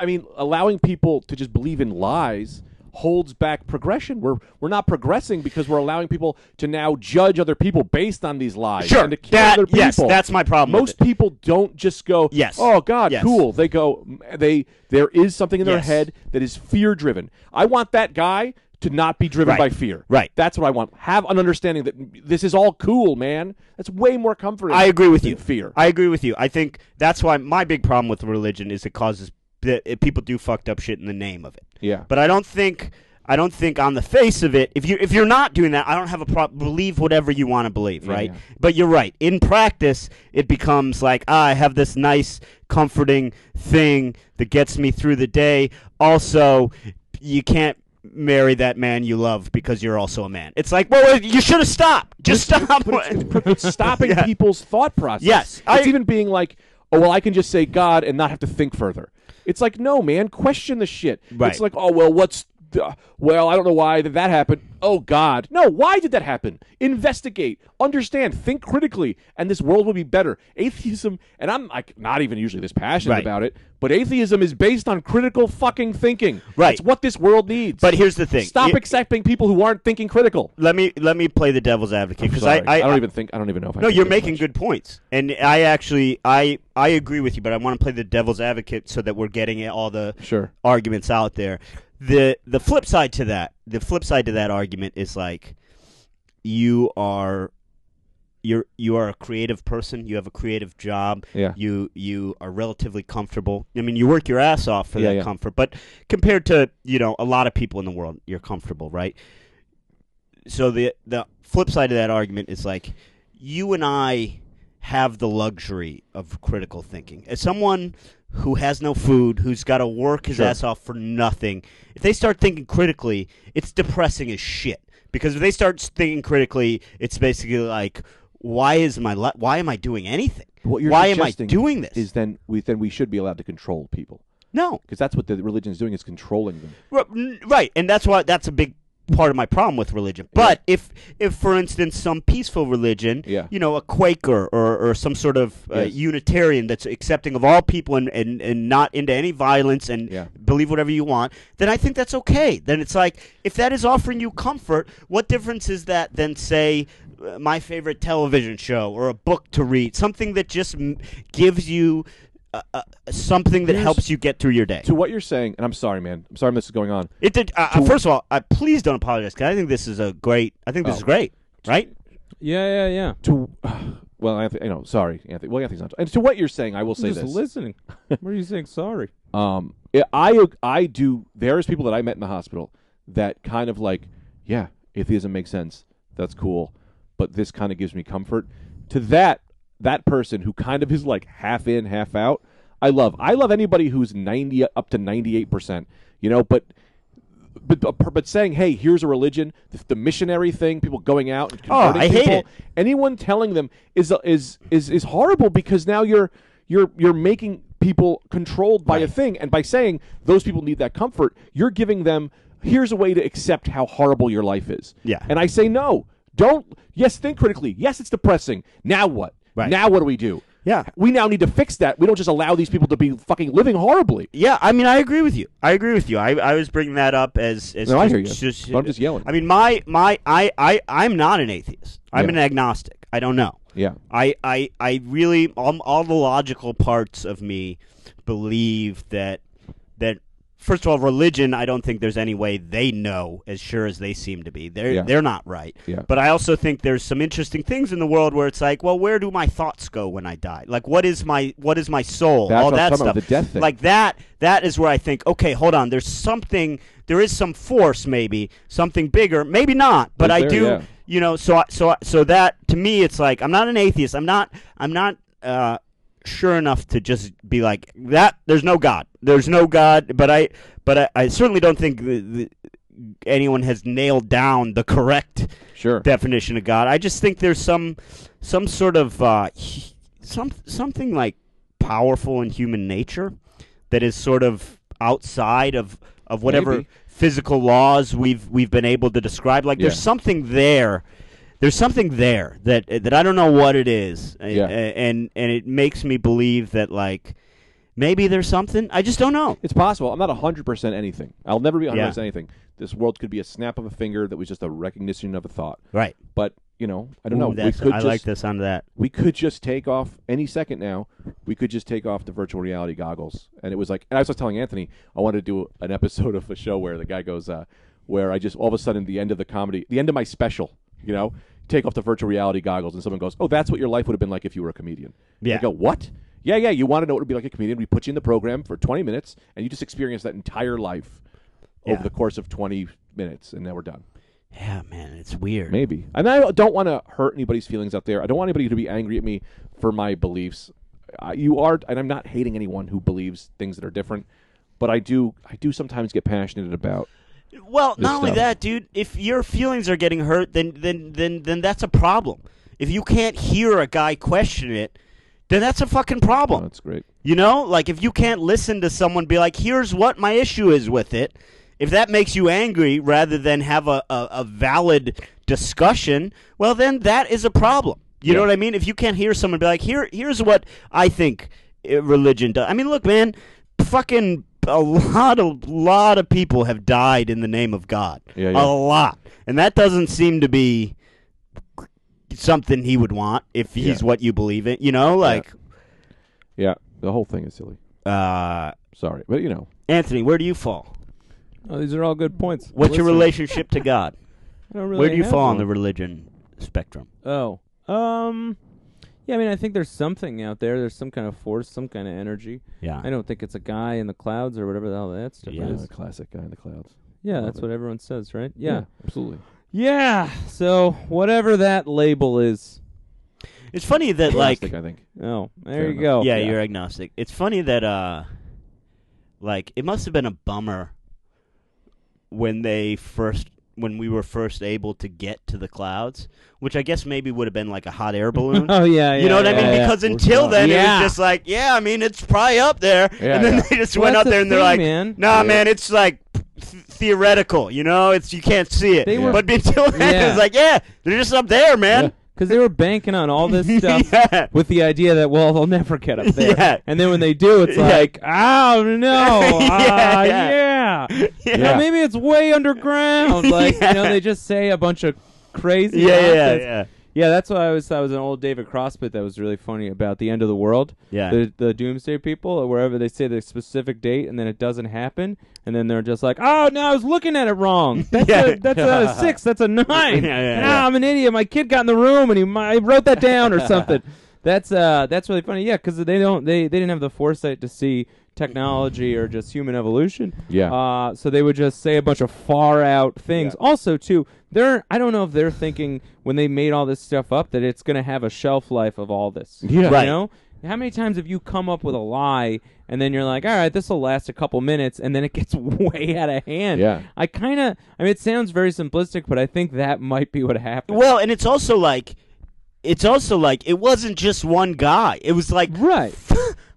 I mean, allowing people to just believe in lies holds back progression. We're we're not progressing because we're allowing people to now judge other people based on these lies.
Sure.
and to kill
That-
other people.
yes, that's my problem with
Most people don't just go,
Yes.
oh God,
Yes.
cool." They go, they there is something in their
Yes.
head that is fear driven. I want that guy. To not be driven
Right.
by fear,
Right.
That's what I want. Have an understanding that this is all cool, man. That's way more comforting.
I agree with
than
you.
Fear.
I agree with you. I think that's why my big problem with religion is it causes that it- people do fucked up shit in the name of it.
Yeah.
But I don't think I don't think on the face of it, if you if you're not doing that, I don't have a problem. Believe whatever you want to believe, right?
yeah.
But you're right. In practice, it becomes like ah, I have this nice, comforting thing that gets me through the day. Also, you can't marry that man you love because you're also a man. It's like, well, you should have stopped. Just stop.
it's
<laughs>
stopping
Yeah.
people's thought process.
Yes,
it's
I-
even being like, oh well, I can just say God and not have to think further. It's like, no, man, question the shit.
Right.
It's like, oh well, what's the, well, I don't know why that, that happened. Oh God, no, why did that happen? Investigate, understand, think critically, and this world will be better. Atheism, and I'm like not even usually this passionate
Right.
about it, but atheism is based on critical fucking thinking.
Right.
it's what this world needs.
But here's the thing.
stop
It-
accepting people who aren't thinking critical.
let me let me play the devil's advocate because I,
Sorry. don't even think. I don't even know if I
no
think
you're
this
making
much.
good points and I actually I I agree with you but I want to play the devil's advocate so that we're getting all the
Sure.
arguments out there the the flip side to that the flip side to that argument is like you are you're you are a creative person you have a creative job
Yeah.
you you are relatively comfortable I mean you work your ass off for
Yeah,
that
yeah.
comfort but compared to you know a lot of people in the world you're comfortable right so the the flip side of that argument is like you and I have the luxury of critical thinking. As someone who has no food, who's got to work his
Sure.
ass off for nothing, if they start thinking critically, it's depressing as shit. Because if they start thinking critically, it's basically like, why is my li- why am I doing anything?
What you're
why am I
suggesting
doing this?
Is then we then we should be allowed to control people
no,
because that's what the religion is doing is controlling them.
R- n- Right, and that's why that's a big part of my problem with religion. But if, if for instance, some peaceful religion,
Yeah.
you know, a Quaker or, or some sort of uh,
Yes.
Unitarian that's accepting of all people and, and, and not into any violence and
Yeah.
believe whatever you want, then I think that's okay. Then it's like if that is offering you comfort, what difference is that than say uh, my favorite television show or a book to read, something that just m- gives you. Uh, uh, something that
Here's-
helps you get through your day.
To what you're saying, and I'm sorry, man. I'm sorry this is going on.
It did. Uh, uh, first of all, uh, please don't apologize because I think this is a great. I think this
Oh.
is great, right?
Yeah, yeah, yeah.
To <sighs> well, Anthony, you know, sorry, Anthony. Well, Anthony's not. And to what you're saying, I will say
I'm just
this.
listening. what are you saying? Sorry.
Um, I- I I do. There's people that I met in the hospital that kind of like, yeah, atheism makes sense. That's cool, but this kind of gives me comfort. To that that person who kind of is like half in, half out. I love. I love anybody who's ninety up to ninety eight percent. You know, but. But, but but saying, hey, here's a religion, the, the missionary thing, people going out and converting
Oh, I hate
people,
it.
anyone telling them is is is is horrible because now you're you're you're making people controlled by a thing and by saying those people need that comfort you're giving them here's a way to accept how horrible your life is
Yeah.
and i say no don't yes think critically yes it's depressing now what
Right.
now what do we do
Yeah.
we now need to fix that we don't just allow these people to be fucking living horribly
Yeah, I mean, I agree with you. I agree with you. I, I was bringing that up as as
No, I
just,
hear you. But I'm just yelling.
I mean, my my I I I'm not an atheist. I'm
Yeah.
an agnostic. I don't know.
Yeah.
I I I really all, all the logical parts of me believe that that first of all, religion. I don't think there's any way they know as sure as they seem to be. They're
Yeah.
they're not right.
Yeah.
But I also think there's some interesting things in the world where it's like, well, where do my thoughts go when I die? Like, what is my what is my soul?
That's
all
what I'm
that
talking
stuff.
about, the death thing.
Like that. That is where I think. Okay, hold on. There's something. There is some force, maybe something bigger, maybe not. But
Is
I
there?
do.
Yeah.
You know. So I- so I- so that to me, it's like I'm not an atheist. I'm not. I'm not. Uh, sure enough to just be like that there's no god there's no god but i but i, I certainly don't think the, the, anyone has nailed down the correct
sure
definition of God. I just think there's some some sort of uh, hu- some something like powerful in human nature that is sort of outside of of whatever
Maybe.
physical laws we've we've been able to describe. Like there's
Yeah.
something there. There's something there that that I don't know what it is, and
Yeah.
and, and it makes me believe that like maybe there's something. I just don't know.
It's possible. I'm not 100% anything. I'll never be 100%
Yeah.
anything. This world could be a snap of a finger that was just a recognition of a thought.
Right.
But, you know, I don't
Ooh,
know. We
that's-
could
I
just
like this on that.
we could just take off any second now. We could just take off the virtual reality goggles. And it was like and I was just telling Anthony I wanted to do an episode <laughs> of a show where the guy goes uh where I just all of a sudden the end of the comedy, the end of my special, you know, take off the virtual reality goggles and someone goes, "Oh, that's what your life would have been like if you were a comedian."
Yeah.
I go, "What?" Yeah, yeah, you want to know what it would be like a comedian. We put you in the program for 20 minutes and you just experience that entire life
Yeah.
over the course of 20 minutes and now we're done.
Yeah, man, it's weird.
Maybe. And I don't want to hurt anybody's feelings out there. I don't want anybody to be angry at me for my beliefs. I, you are, and I'm not hating anyone who believes things that are different, but I do, I do sometimes get passionate about.
Well, not only
stuff.
that, dude. If your feelings are getting hurt, then then then then that's a problem. If you can't hear a guy question it, then that's a fucking
Oh,
problem.
that's great.
You know, like if you can't listen to someone be like, "Here's what my issue is with it." If that makes you angry, rather than have a, a, a valid discussion, well, then that is a problem. You know
Yeah.
what I mean? If you can't hear someone be like, "Here, here's what I think uh, religion does." I mean, look, man, fucking a lot of lot of people have died in the name of God.
Yeah, yeah.
A lot, and that doesn't seem to be something he would want if he's
Yeah.
what you believe in. You know, like.
Yeah, the whole thing is silly.
Uh,
Sorry, but you know,
Anthony, where do you fall?
Oh, these are all good points.
What's your
Listen,
relationship to God?
I don't <laughs> really
where do you
have
fall
one.
on the religion spectrum?
Oh. Um Yeah, I mean I think there's something out there. There's some kind of force, some kind of energy.
Yeah.
I don't think it's a guy in the clouds or whatever the hell that stuff
Yeah.
I'm
is.
a classic guy in the clouds.
Yeah,
Love
that's
it.
what everyone says, right? Yeah.
absolutely.
Yeah. So whatever that label is.
It's funny that
Plastic,
like
I think.
Oh, there
Fair
you
enough.
go.
yeah,
<laughs>
you're agnostic. It's funny that uh like it must have been a bummer when they first when we were first able to get to the clouds, which I guess maybe would have been like a hot air balloon.
<laughs> Oh yeah, yeah.
you know what I
yeah,
mean?
yeah.
Because
We're
until
fine.
then, it
Yeah.
was just like, yeah, I mean, it's probably up there.
Yeah,
and then
yeah.
they just
Well,
went
that's
up
the
there and they're
thing,
like,
man.
nah,
Yeah.
man, it's like th- theoretical. You know, it's you can't see it.
They
were-
But until then,
Yeah.
it's like, yeah, they're just up there, man.
'Cause they were banking on
<laughs>
all this stuff
Yeah.
with the idea that well they'll never get up there.
Yeah.
And then when they do,
<laughs>
it's
Yeah.
like oh
<laughs>
no, ah,
Yeah,
yeah. Well, maybe it's way
<laughs>
underground. Like you know
Yeah.
they just say a bunch of crazy.
Yeah, yeah, yeah,
nonsense.
yeah.
Yeah, that's why I was that was an old David Crossbit that was really funny about the end of the world.
Yeah.
The the doomsday people or wherever they say the specific date and then it doesn't happen and then they're just like, Oh no, I was looking at it
<laughs>
wrong. That's
Yeah.
a that's
<laughs>
not a six, that's a nine.
Yeah, yeah,
"Ah,
yeah.
I'm an idiot. My kid got in the room and he mi- I wrote that down or
<laughs>
something. That's uh that's really funny. Yeah, because they don't they, they didn't have the foresight to see technology or just human evolution.
Yeah.
Uh, so they would just say a bunch of far out things. Also, too, they're I don't know if they're thinking when they made all this stuff up that it's going to have a shelf life of all this.
Yeah.
Right.
You know? How many times have you come up with a lie and then you're like, all right, this will last a couple minutes, and then it gets <laughs> way out of hand?
Yeah.
I kind of, I mean, it sounds very simplistic, but I think that might be what happened.
Well, and it's also like, it's also like it wasn't just one guy. It was like
Right.
<laughs>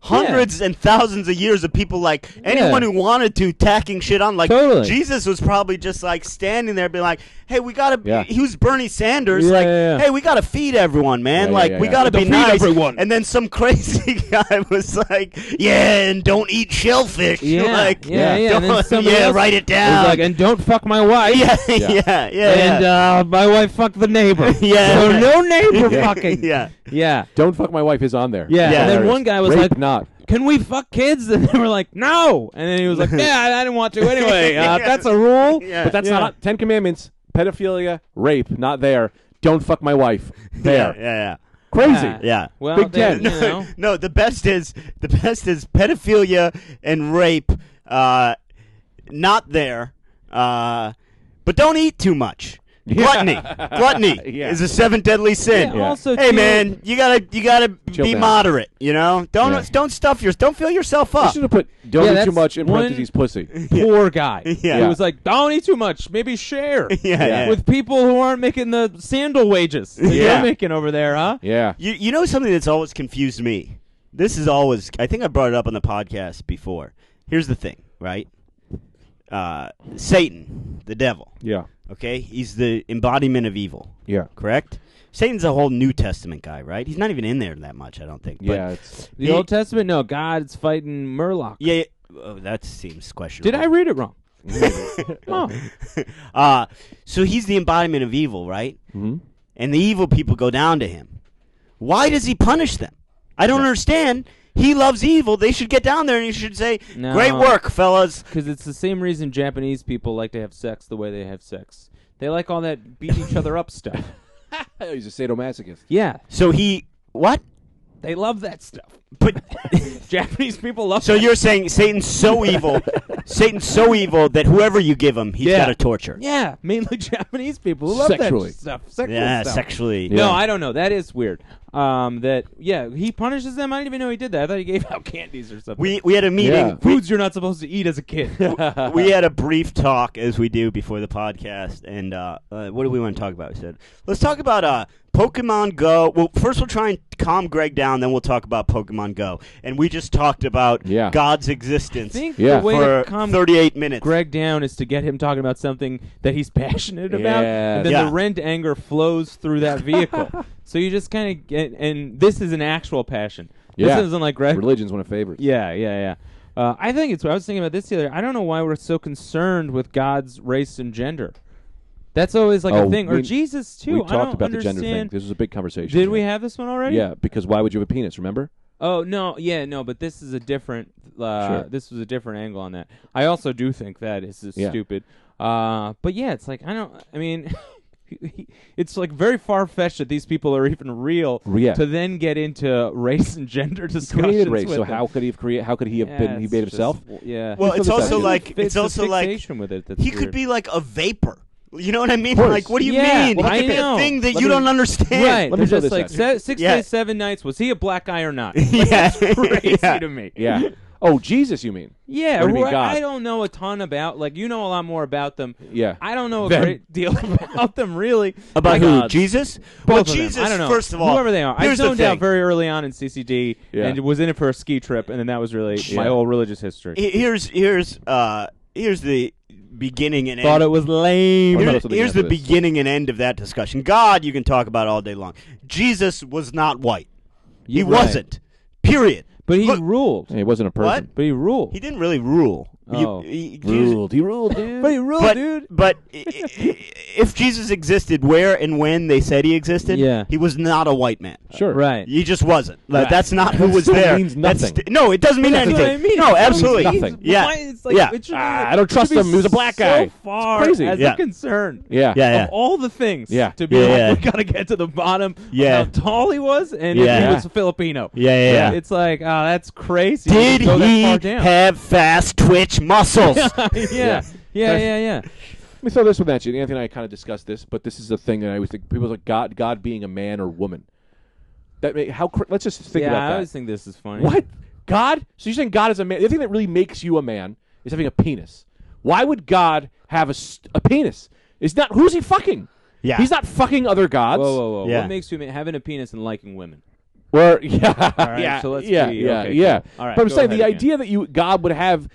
hundreds and thousands of years of people like anyone
Yeah.
who wanted to tacking shit on. Like
Totally.
Jesus was probably just like standing there, being like, "Hey, we gotta."
Yeah.
He was Bernie Sanders.
Yeah,
like,
yeah, yeah.
"Hey, we gotta feed everyone, man.
Yeah,
like,
yeah, yeah,
we
yeah.
gotta
Gotta
be
feed
nice."
everyone.
And then some <laughs> crazy guy was like, "Yeah, and don't eat shellfish."
Yeah,
<laughs> like,
yeah, yeah. And then
"Don't-
somebody
yeah,
else
write it
It was
down.
like, and don't fuck my wife.
<laughs>
<laughs>
yeah, yeah,
Yeah.
yeah, yeah.
And uh, my wife fucked the neighbor.
<laughs> Yeah.
So no neighbor
<laughs>
fucking.
yeah.
Yeah.
Don't fuck my wife is on there.
Yeah.
Yeah.
And then
Hilarious.
one guy was
Rape
like,
not.
"Can we fuck kids?" <laughs> And they were like, "No." And then he
<laughs>
was like, "Yeah, I- I didn't want to anyway. Uh,
Yeah.
That's a rule."
Yeah.
But that's
Yeah.
not Ten Commandments. Pedophilia, rape, not there. Don't fuck my
<laughs>
wife. There.
Yeah, yeah,
Crazy.
Yeah.
yeah. yeah.
Well,
Big Ten.
then,
no,
you know.
<laughs> no, the best is the best is pedophilia and rape. Uh, not there, uh, but don't eat too much.
<laughs>
Gluttony, gluttony
Yeah.
is a seven deadly sin.
Yeah, Yeah. also
hey
too-
man, you gotta you gotta
Chill
be
down.
moderate. You know, don't
Yeah.
don't stuff your don't fill yourself
<laughs> You
up.
should have put don't
Yeah,
eat too
that's
much in
one-
parentheses
<laughs>
pussy. <laughs>
Poor guy.
Yeah.
He was like, "Don't eat too much. Maybe share
Yeah, yeah.
with people who aren't making the sandal wages that
Yeah.
you're making over there, huh?"
Yeah.
You you know something that's always confused me. This is always I think I brought it up on the podcast before. Here's the thing, right? Uh, Satan, the devil.
Yeah.
Okay, he's the embodiment of evil.
Yeah.
Correct. Satan's a whole New Testament guy, right? He's not even in there that much, I don't think. But
Yeah. It's,
The
He-
Old Testament, no, God's fighting Murloc.
yeah. yeah oh, that seems questionable.
Did
<laughs>
I read <laughs> it wrong? oh,
uh, so he's the embodiment of evil, right?
Mhm.
And the evil people go down to him. Why does he punish them? I don't understand. He loves evil. They should get down there and he should say,
No.
"Great work, fellas."
because it's the same reason Japanese people like to have sex the way they have sex. They like all that beat each other
<laughs>
up stuff.
he's a sadomasochist.
Yeah,
So he what?
they love
<laughs>
that stuff. <laughs>
But
Japanese people love.
so
that.
you're saying Satan's so
<laughs>
evil, Satan's so evil that whoever you give him, he's
Yeah.
got to torture.
Yeah, mainly <laughs> Japanese people who love
Sexually.
that stuff. Sexual
Yeah,
stuff.
sexually.
No,
Yeah.
I don't know. That is weird. Um, that yeah, he punishes them. I didn't even know he did that. I thought he gave <laughs> out candies or something.
We we had a
Yeah.
meeting.
foods you're not supposed to eat as
<laughs>
a kid.
we had a brief talk as we do before the podcast, and uh, uh, what do we want to talk about? We said let's talk about uh, Pokemon Go. Well, first we'll try and calm Greg down, then we'll talk about Pokemon Go. And we just talked about
Yeah.
God's existence
I think
Yeah.
the way
for
to calm
38 minutes.
Greg down is to get him talking about something that he's <laughs> passionate about,
Yeah.
and then
Yeah.
the rent anger flows through
<laughs>
that vehicle. so you just kind of get, and this is an actual passion.
Yeah.
This isn't like Greg.
Religion's one of favorites.
Yeah, yeah, yeah. Uh, I think it's. I was thinking about this the other. I don't know why we're so concerned with God's race and gender. That's always like
Oh,
a thing, or
we-
Jesus too.
We
I
talked
don't
about
understand.
the gender thing. This was a big conversation.
Did we have this one already?
Yeah, because why would you have a penis? Remember?
Oh no, yeah, no, but this is a different. Uh,
Sure.
This was a different angle on that. I also do think that is just
Yeah.
stupid. Uh, but yeah, it's like I don't. I mean, <laughs> it's like very far fetched that these people are even real
Yeah.
to then get into race and gender <laughs> discussions.
Created race.
with
So
them.
how could he have created? How could he have
Yeah,
been? He
it's
made
just-
himself.
Yeah.
well,
He's
it's
still the
also
same.
like it's
the
also like
fixation with it that's
he could
weird.
be like a vapor. You know what I mean?
course.
Like, what do you
Yeah,
mean?
well,
It
I
could be a
know.
thing that
Let
you
me-
don't understand.
Right.
Let
Let
me
me
throw
just
this
like
at you.
se- six
Yeah.
days, seven nights. Was he a black guy or not? <laughs>
Yeah.
Crazy
<laughs> Yeah.
to me.
Yeah. <laughs> Oh, Jesus, you mean?
<laughs> Yeah,
What do you mean,
right,
God?
I don't know a ton about. Like you know a lot more about them.
Yeah.
I don't know a
Them.
great deal <laughs> about them really.
About
Like,
who?
uh,
Jesus?
both
well,
of them.
Jesus,
I don't know.
first of all.
whoever they are, I
Here's the
zoned out
thing.
very early on in CCD
Yeah.
and was in it for a ski trip, and then that was really my
Yeah.
whole religious history.
He- Here's, here's, uh, here's the beginning and
Thought
end.
it was lame.
Here's-
Here's,
something
here's
after
the
this.
beginning and end of that discussion. God, you can talk about all day long. Jesus was not white. He
Right.
wasn't. Period.
but he
Look-
ruled.
He wasn't a person.
But he ruled.
He didn't really rule. You-
Oh.
he- Jesus-
Ruled. He
<laughs>
ruled, dude.
but he ruled,
but,
dude.
But i- i- if Jesus existed where and when they said he existed,
Yeah.
he was not a white man.
sure.
Right.
He just wasn't. Like,
Right.
That's not who was
still
there.
means
That's
nothing.
st- no, it doesn't mean
That's
anything.
what I mean.
No,
It means
absolutely.
nothing.
Yeah.
Why- It's like,
Yeah.
It should
Ah,
be-
I don't
it should
trust
be
him. He was a black
so
guy. It's
far
crazy.
as
Yeah.
a concern.
Yeah.
Yeah, yeah.
Of all the things
Yeah.
to be
Yeah,
like,
yeah.
we gotta get to the bottom
Yeah.
of how tall he was and if
Yeah.
he was Filipino.
Yeah, yeah, yeah.
It's like, oh, that's crazy. You
Did
can go that far
he
down.
have fast twitch muscles?
<laughs> yeah. Yeah, yeah, yeah.
Let me throw this one at you. Anthony and I kind of discussed this, but this is the thing that I always think people like God, God being a man or woman. That may, how cr- let's just think
yeah,
about
I
that.
always think this is funny.
What? God? So you're saying God is a man? The thing that really makes you a man is having a penis. Why would God have a, st- a penis? It's not. Who's he fucking?
Yeah.
He's not fucking other gods.
Whoa, whoa, whoa.
Yeah.
What makes you ma- having a penis and liking women?
Or <laughs> yeah,
right,
yeah,
so let's
yeah,
be-
yeah,
okay,
yeah.
cool. All right,
but I'm
go
saying the
ahead again.
idea that you God would have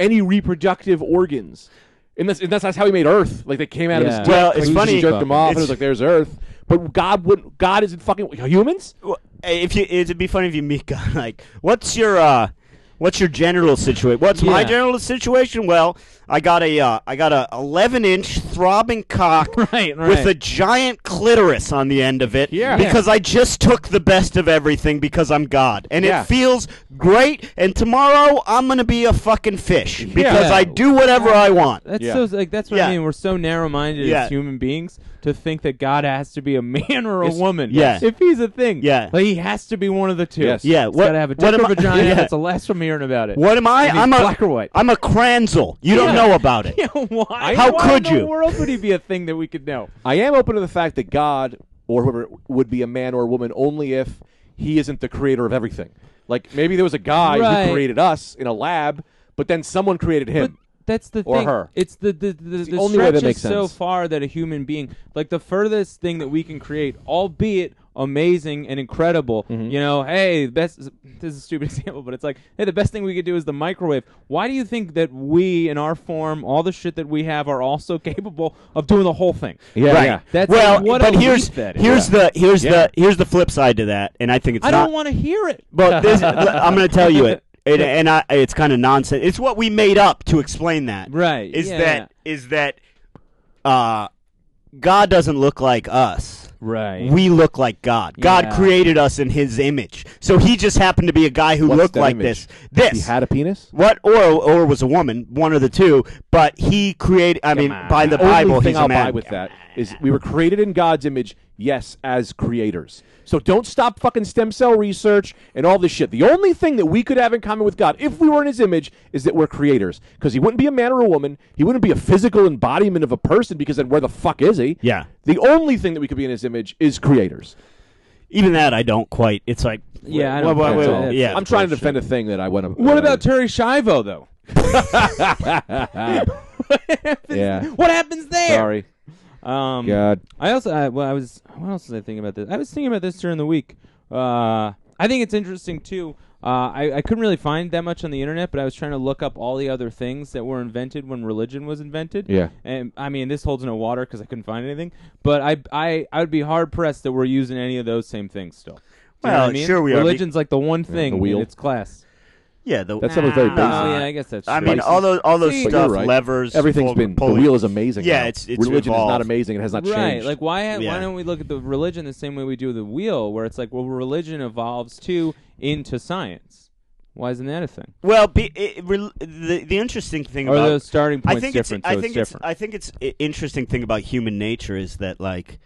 any reproductive organs, and that's, and that's that's how He made Earth. Like they came out of
Yeah.
His
Well,
dick,
it's
like,
funny-
He jerked them off, and it
it's-
was like there's Earth. But God wouldn't. God isn't fucking humans.
Well, if you, it'd be funny if you meet God. Like, what's your, uh, what's your general situation? What's my
Yeah.
general situation? Well, I got a, uh, I got a 11 inch throbbing cock
<laughs> Right,
with
right.
a giant clitoris on the end of it.
Yeah.
Because I just took the best of everything because I'm God, and
Yeah.
it feels great. And tomorrow I'm gonna be a fucking fish because
Yeah.
I do whatever I want.
That's
Yeah.
so like that's what
Yeah.
I mean. We're so narrow-minded
Yeah.
as human beings to think that God has to be a man or a
It's-
woman.
yeah.
If he's a thing,
Yeah.
like he has to be one of the two.
Yes.
Yeah,
He's
what-
gotta have a
what
dick or
am I- <laughs>
vagina.
yeah.
That's the last I'm hearing about it.
What am I?
And he's
I'm a
black or white.
I'm a Kranzel. You don't
Yeah.
know about it.
<laughs> <laughs> Yeah, why?
How
why
could
in
you?
the world would he be a thing that we could
<laughs>
know?
I am open to the fact that God or whoever would be a man or a woman only if he isn't the creator of everything. Like maybe there was a guy
Right.
who created us in a lab, but then someone created him.
But that's the
Or
thing.
her.
It's the the the, the,
the only way that
stretch is
makes
so
sense.
far that a human being, like the furthest thing that we can create, albeit amazing and incredible.
Mm-hmm.
You know, hey, the best. This is a stupid <laughs> example, but it's like, hey, the best thing we could do is the microwave. Why do you think that we, in our form, all the shit that we have, are also <laughs> capable of doing the whole thing?
Yeah,
right.
yeah.
That's
well,
like, what
but
a
here's
leap that is.
here's the here's
Yeah.
the here's the flip side to that, and I think it's
I
not.
don't want to hear it. <laughs>
but this, I'm going to tell you it, It- and I, it's kind of nonsense. It's what we made up to explain that.
Right,
Is
yeah.
that is that uh, God doesn't look like us.
Right.
We look like God. God
Yeah.
created us in His image, so He just happened to be a guy who
What's
looked
that
like
image?
this.
He
This
had a penis.
what or or was a woman, one of the two. But He created. I mean,
on.
by the
only
Bible,
thing
he's
I'll
a man.
buy with that is we were created in God's image, yes, as creators. So don't stop fucking stem cell research and all this shit. The only thing that we could have in common with God, if we were in His image, is that we're creators. Because He wouldn't be a man or a woman. He wouldn't be a physical embodiment of a person. Because then where the fuck is He?
Yeah.
The only thing that we could be in His image is creators.
Even that, I don't quite. It's like
Yeah, I
Well,
don't
well,
think
well,
so.
well,
That's-
yeah.
I'm trying to defend a thing that I went. <laughs>
What
<laughs>
about Terry Shivo though?
Yeah.
What happens there?
Sorry.
Um,
God.
I also I, well, I was what else was I thinking about this? I was thinking about this during the week. Uh, I think it's interesting too. Uh, I, I couldn't really find that much on the internet, but I was trying to look up all the other things that were invented when religion was invented.
Yeah.
and I mean this holds no water because I couldn't find anything. But I I I would be hard pressed that we're using any of those same things still. Do you know
Well,
what I mean?
sure we are, be-
Religion's like the one thing
wheel.
in its class.
Yeah, the,
That stuff was very
Nah.
basic.
Oh, yeah, I guess that's.
I
true.
mean, all those all those
See,
But
stuff,
you're right.
levers,
Everything's
pull-
been
pulleys.
the wheel is amazing.
Yeah,
now.
it's- it's
religion is not
evolved.
amazing. It has not
right.
changed.
Like why
Yeah.
why don't we look at the religion the same way we do the wheel, where it's like, well, religion evolves too into science. Why isn't that a thing?
Well, be, it, rel the the interesting thing
Or
about
the starting
I
point's
think it's
different,
I
so
think
it's
it's uh,
different.
I think it's i- interesting thing about human nature is that like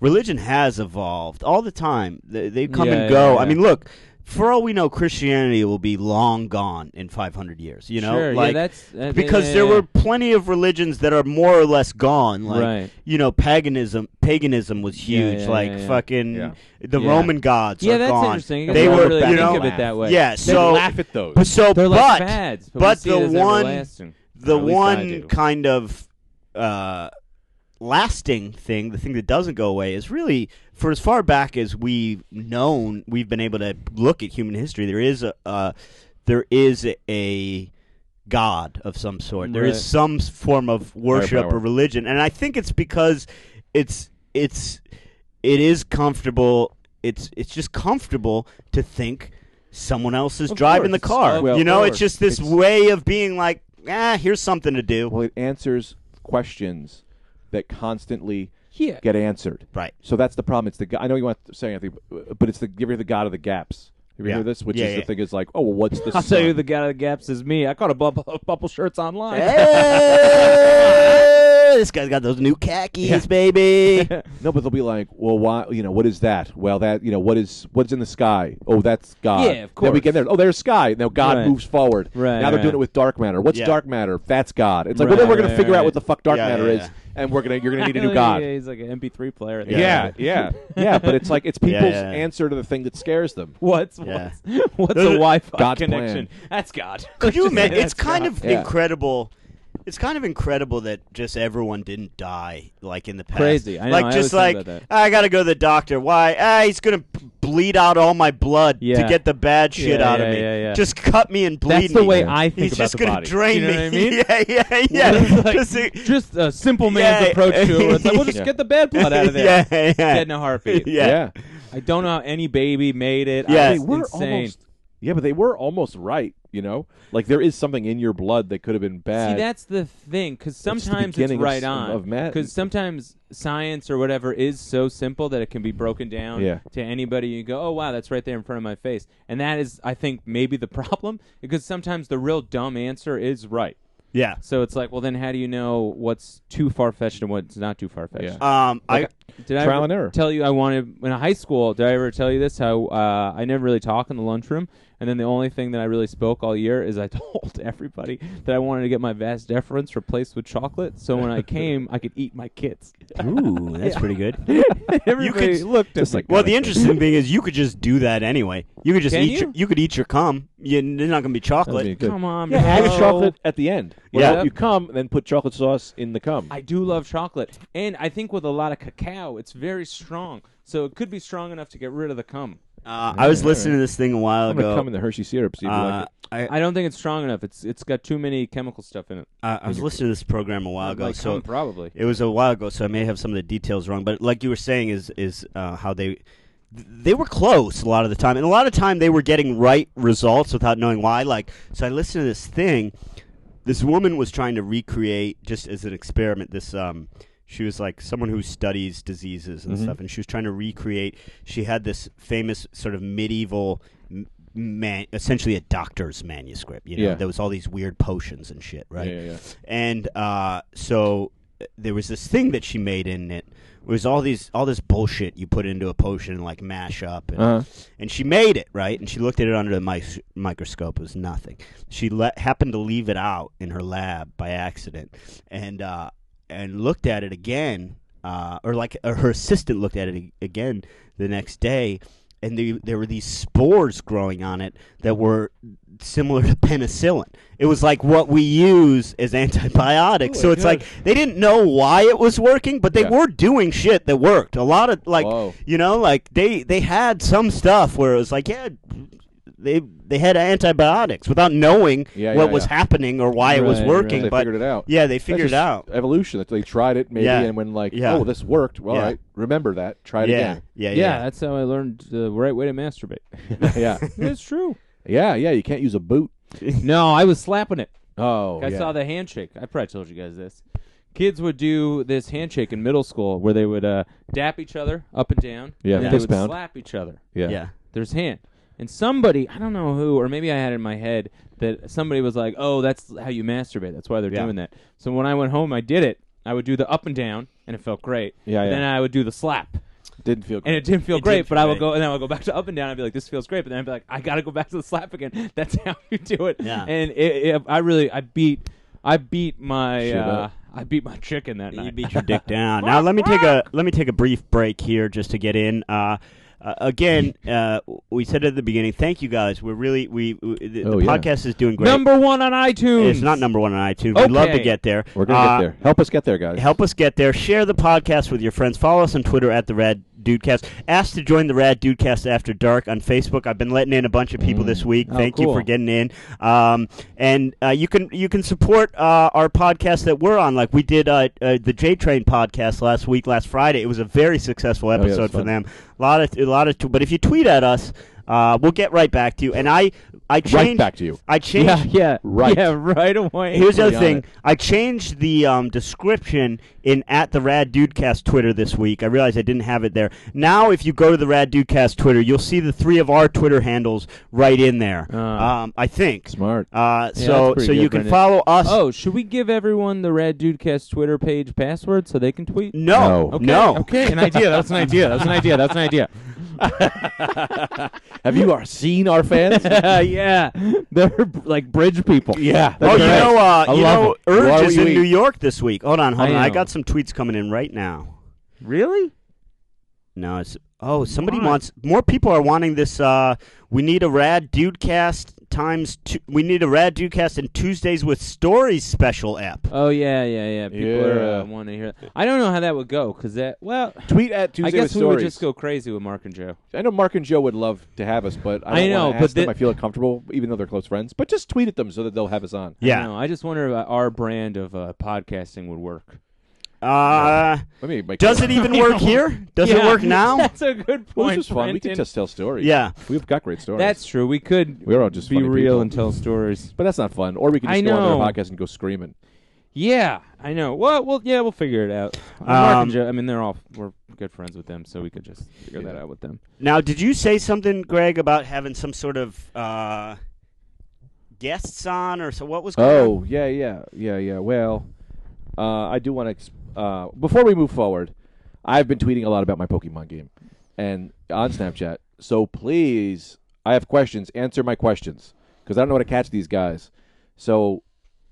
religion has evolved all the time. They, they come
Yeah,
and
yeah,
go.
yeah.
I mean, look. for all we know, Christianity will be long gone in 500 years. You know,
Sure, yeah,
like
that's- that-
because
yeah,
there
yeah.
were plenty of religions that are more or less gone. Like
Right.
you know, paganism paganism was huge.
yeah,
like
yeah, yeah.
fucking
Yeah.
the
Yeah.
Roman gods.
yeah,
are
that's
gone.
interesting. I
They
never
were,
really
you
think
know,
of it that way.
yeah.
They
So,
laugh at those.
but so,
They're
but
like fads, but, we
but
see
the
it as
one-
everlasting.
the
At least I
one <laughs>
do.
kind of uh, lasting thing, the thing that doesn't go away, is really for as far back as we've known, we've been able to look at human history. There is a uh, there is a god of some sort. There is
Right.
some s- form of worship
power.
or religion, and I think it's because it's it's it is comfortable. It's it's just comfortable to think someone else is
Of
driving the
course.
car.
Well,
you
of
know, it's
course.
just this
It's-
way of being like, ah, here's something to do. <laughs>
<laughs>
Well, it answers questions that constantly
Yeah.
get answered.
Right.
So that's the problem. It's the g- I know you want to say anything, but- but it's the give you the god of the gaps. Have you
Yeah.
heard this? Which
Yeah,
is
yeah.
the thing is like, oh, well, what's the?
I'll tell
sun?
you, the guy that gaps is me. I caught <laughs> a bubble, bubble shirts online. <laughs>
Hey, this guy's got those new khakis,
<laughs>
baby.
No, but they'll be like, well, why? You know, what is that? Well, that you know, what is what's in the sky? Oh, that's God.
Yeah, of
Then we get
course.
there. Oh, there's sky. Now God
Right.
moves forward.
Right,
Now they're
right.
doing it with dark matter. What's
Yeah.
dark matter? That's God. It's like,
Right,
well, then we're gonna
right,
figure
right.
out what the fuck dark
Yeah,
matter
yeah,
is,
yeah.
and we're gonna you're gonna need a new God.
<laughs> Yeah, he's like an MP3 player.
Yeah.
Yeah, yeah,
<laughs>
yeah. But it's like it's people's
yeah.
answer to the thing that scares them.
What's
Yeah.
what's, what's a
Those are-
Wi-Fi
God's
connection?
plan.
That's God.
<laughs> Could you
Just say
imagine? It's
that's
kind
God.
of
<laughs>
Yeah.
incredible. It's kind of incredible that just everyone didn't die like in the past.
Crazy. I know,
Like
I always
just
think
like
about that.
I gotta go to the doctor. Why? Ah, he's gonna b- bleed out all my blood to
Yeah.
get the bad shit
Yeah,
out of
yeah,
me.
yeah, yeah.
Just cut me and bleed
That's the
me.
way I think
he's
about
just
the
gonna
body.
drain
You know
me.
what I
<laughs>
mean?
yeah,
<laughs>
yeah, yeah.
It's
<laughs>
like,
Just, uh,
just a simple man's
Yeah.
approach to it. where It's
<laughs>
like, we'll just
Yeah.
get the bad blood out of there.
Yeah, yeah.
Dead in a
<laughs>
heartbeat.
Yeah.
I don't know how any baby made it.
Yeah.
I
They
was
were
insane.
almost. Yeah, but they were almost right. You know, like there is something in your blood that could have been bad. <laughs>
See, that's the thing, because
the
sometimes it's
beginning of
right
s- of
on.
Matt.
Because sometimes science or whatever is so simple that it can be broken down
Yeah.
to anybody. You go, oh wow, that's right there in front of my face, and that is, I think, maybe the <laughs> problem. Because sometimes the real dumb answer is right.
yeah.
So it's like, well, then how do you know what's too far fetched and what's not too far fetched?
Yeah.
Um, I
Did I
Trial
ever
and error.
tell you I wanted in high school? Did I ever tell you this? How uh, I never really talk in the lunchroom, and then the only thing that I really spoke all year is I <laughs> told everybody that I wanted to get my vast deference replaced with chocolate, so when I came, I could eat my kids.
ooh, that's pretty <laughs> good.
everybody
could-
looked at
just
me.
like- "Oh,
Well, the interesting thing is you could just do that anyway. You could just
Can
eat.
you?
Your, you could eat your cum. You, are not gonna be
That'd be
chocolate.
<laughs> good.
Come on,
Yeah, add
bro.
chocolate at the end. What
Yeah.
about you come and then put chocolate sauce in the cum.
I do love chocolate, and I think with a lot of cacao, it's very strong, so it could be strong enough to get rid of the cum.
Uh, I was listening to this thing a while
am gonna
ago.
come in the Hershey syrup. See if you like
uh,
it.
I,
I don't think it's strong enough. It's it's got too many chemical stuff in it.
I, I was listening to this program a while ago.
Like
so
cum, probably.
It was a while ago, so I may have some of the details wrong. But like you were saying, is is uh, how they th- they were close a lot of the time, and a lot of time they were getting right results without knowing why. Like, so I listened to this thing. This woman was trying to recreate just as an experiment. This um, she was like someone who studies diseases
Mm-hmm.
and stuff, and she was trying to recreate. She had this famous sort of medieval. m- Man, essentially a doctor's manuscript. You know,
Yeah.
there was all these weird potions and shit, right?
Yeah, yeah, yeah.
and uh, so uh, there was this thing that she made in it. It was all these all this bullshit you put into a potion and like mash up, and,
Uh-huh.
and she made it right. And she looked at it under the mic- microscope. It was nothing. She le- happened to leave it out in her lab by accident, and uh, and looked at it again, uh, or like or her assistant looked at it a- again the next day. And the, there were these spores growing on it that were similar to penicillin. It was like what we use as antibiotics.
Oh,
so
my
it's
God.
like they didn't know why it was working, but they
Yeah.
were doing shit that worked. A lot of like
Whoa.
you know, like they they had some stuff where it was like yeah, they they had antibiotics without knowing
Yeah,
what
yeah,
was
yeah.
happening or why it was
Right,
working.
right.
They
But
figured it out.
yeah, they
That's
figured it
just
out.
Evolution. That they tried it maybe,
Yeah.
and when like,
Yeah.
oh, this worked. Well,
Yeah.
all right, remember that. Try it
Yeah, <laughs> yeah, yeah,
Yeah, that's how I learned the right way
<laughs>
to masturbate. <laughs>
again. yeah, <laughs>
it's true.
yeah, yeah. You can't use a boot.
No, I was slapping it.
Oh,
I
yeah.
saw the handshake. I probably told you guys this. Kids would do this handshake in middle school where they would uh, dap each other up and down.
Yeah,
and then they
fist
would
pound.
slap each other.
Yeah.
yeah.
There's hand. And somebody, I don't know who, or maybe I had in my head that somebody was like, "Oh, that's how you masturbate. That's why they're
Yeah.
doing that." So when I went home, I did it. I would do the up and down, and it felt great.
Yeah, yeah.
Then I would do the slap.
Didn't feel
and
great.
it didn't feel
It
great,
didn't
but
feel
I would
great.
go and then I would go back to up and down. I'd be like, this feels great, but then I'd be like, I gotta go back to the slap again. <laughs> That's how you do it.
Yeah.
And it, it, I really, I beat, I beat my,
Shit
uh,
up.
I beat my chicken that night.
You beat your
<laughs>
dick down. now let me take a let me take a brief break here just to get in. Uh, uh, again, uh, we said at the beginning, thank you guys. We're really we, we the,
Oh,
the
yeah.
podcast is doing great.
Number one on iTunes.
it's not number one on iTunes. We'd love to
Okay.
get there.
We're gonna
Uh,
get there. Help us get there, guys.
Help us get there. Share the podcast with your friends. Follow us on Twitter at the Rad Dudecast. Ask to join the Rad Dudecast After Dark on Facebook. I've been letting in a bunch of people
Mm.
this week.
Oh,
Thank you
cool.
for getting in. Um, and uh, you can you can support uh, our podcast that we're on. Like we did uh, uh, the J Train podcast last week, last Friday. It was a very successful
Oh, yeah, it was
episode for
fun.
them. A lot of a lot of. but if you tweet at us. Uh, we'll get right back to you, and I, I changed.
back to you.
I changed.
yeah, yeah,
<laughs> Right.
yeah, right away.
Here's the
Really
other
on
thing.
it.
I changed the um, description in at the Rad Dudecast Twitter this week. I realized I didn't have it there. Now, if you go to the Rad Dudecast Twitter, you'll see the three of our Twitter handles right in there.
Uh.
um, I think.
Smart.
Uh, so
Yeah, that's
so
pretty good,
you can
Brendan.
follow us.
Oh, should we give everyone the Rad Dudecast Twitter page password so they can tweet?
no,
No.
no,
Okay, Okay, an idea. That's an idea. That's an <laughs> idea. That's an idea.
<laughs> Have you are seen our fans?
<laughs> Uh, yeah, they're like bridge people.
yeah.
Oh, you
great.
know, uh,
I
you
love
know,
it. You are
Urge is
what
in
you
New
eat.
York this week. Hold on, hold
I
on. I
know.
got some tweets coming in right now.
Really?
No, it's oh, somebody
Why?
wants more people are wanting this. Uh, we need a rad dudecast times two. We need a rad dudecast and Tuesdays with stories special app.
Oh yeah, yeah, yeah. People are uh,
Yeah.
wanting to hear. That. I don't know how that would go because that. Well,
Tweet at Tuesday
I guess
with
we
stories.
would just go crazy with Mark and Joe.
I know Mark and Joe would love to have us, but I,
I
don't wanna
know,
ask
but
them.
the-
I feel uncomfortable, even though they're close friends. But just tweet at them so that they'll have us on.
I don't
Yeah.
know, I just wonder if our brand of uh, podcasting would work.
Uh,
Let me make
does it even work here? Does it
<laughs> Yeah,
work now?
<laughs> That's a good
Well,
point.
this was fun. We
Brendan.
could just tell stories.
Yeah.
we've got great stories.
That's true. We could.
We're all just
be
funny
real
people.
and tell stories.
but that's not fun. Or we could
I
just go on
know.
their podcast and go screaming.
Yeah, I know. Well, well, yeah, we'll figure it out. Mark
Um,
and Joe. I mean, they're all we're good friends with them, so we could just figure that
Yeah.
out with them.
Now, did you say something, Greg, about having some sort of uh, guests on or so? What was? going on?
Oh yeah, yeah, yeah, yeah. Well, uh, I do want to. Ex- uh, before we move forward, I've been tweeting a lot about my Pokemon game and on Snapchat. So please, I have questions. Answer my questions because I don't know how to catch these guys. So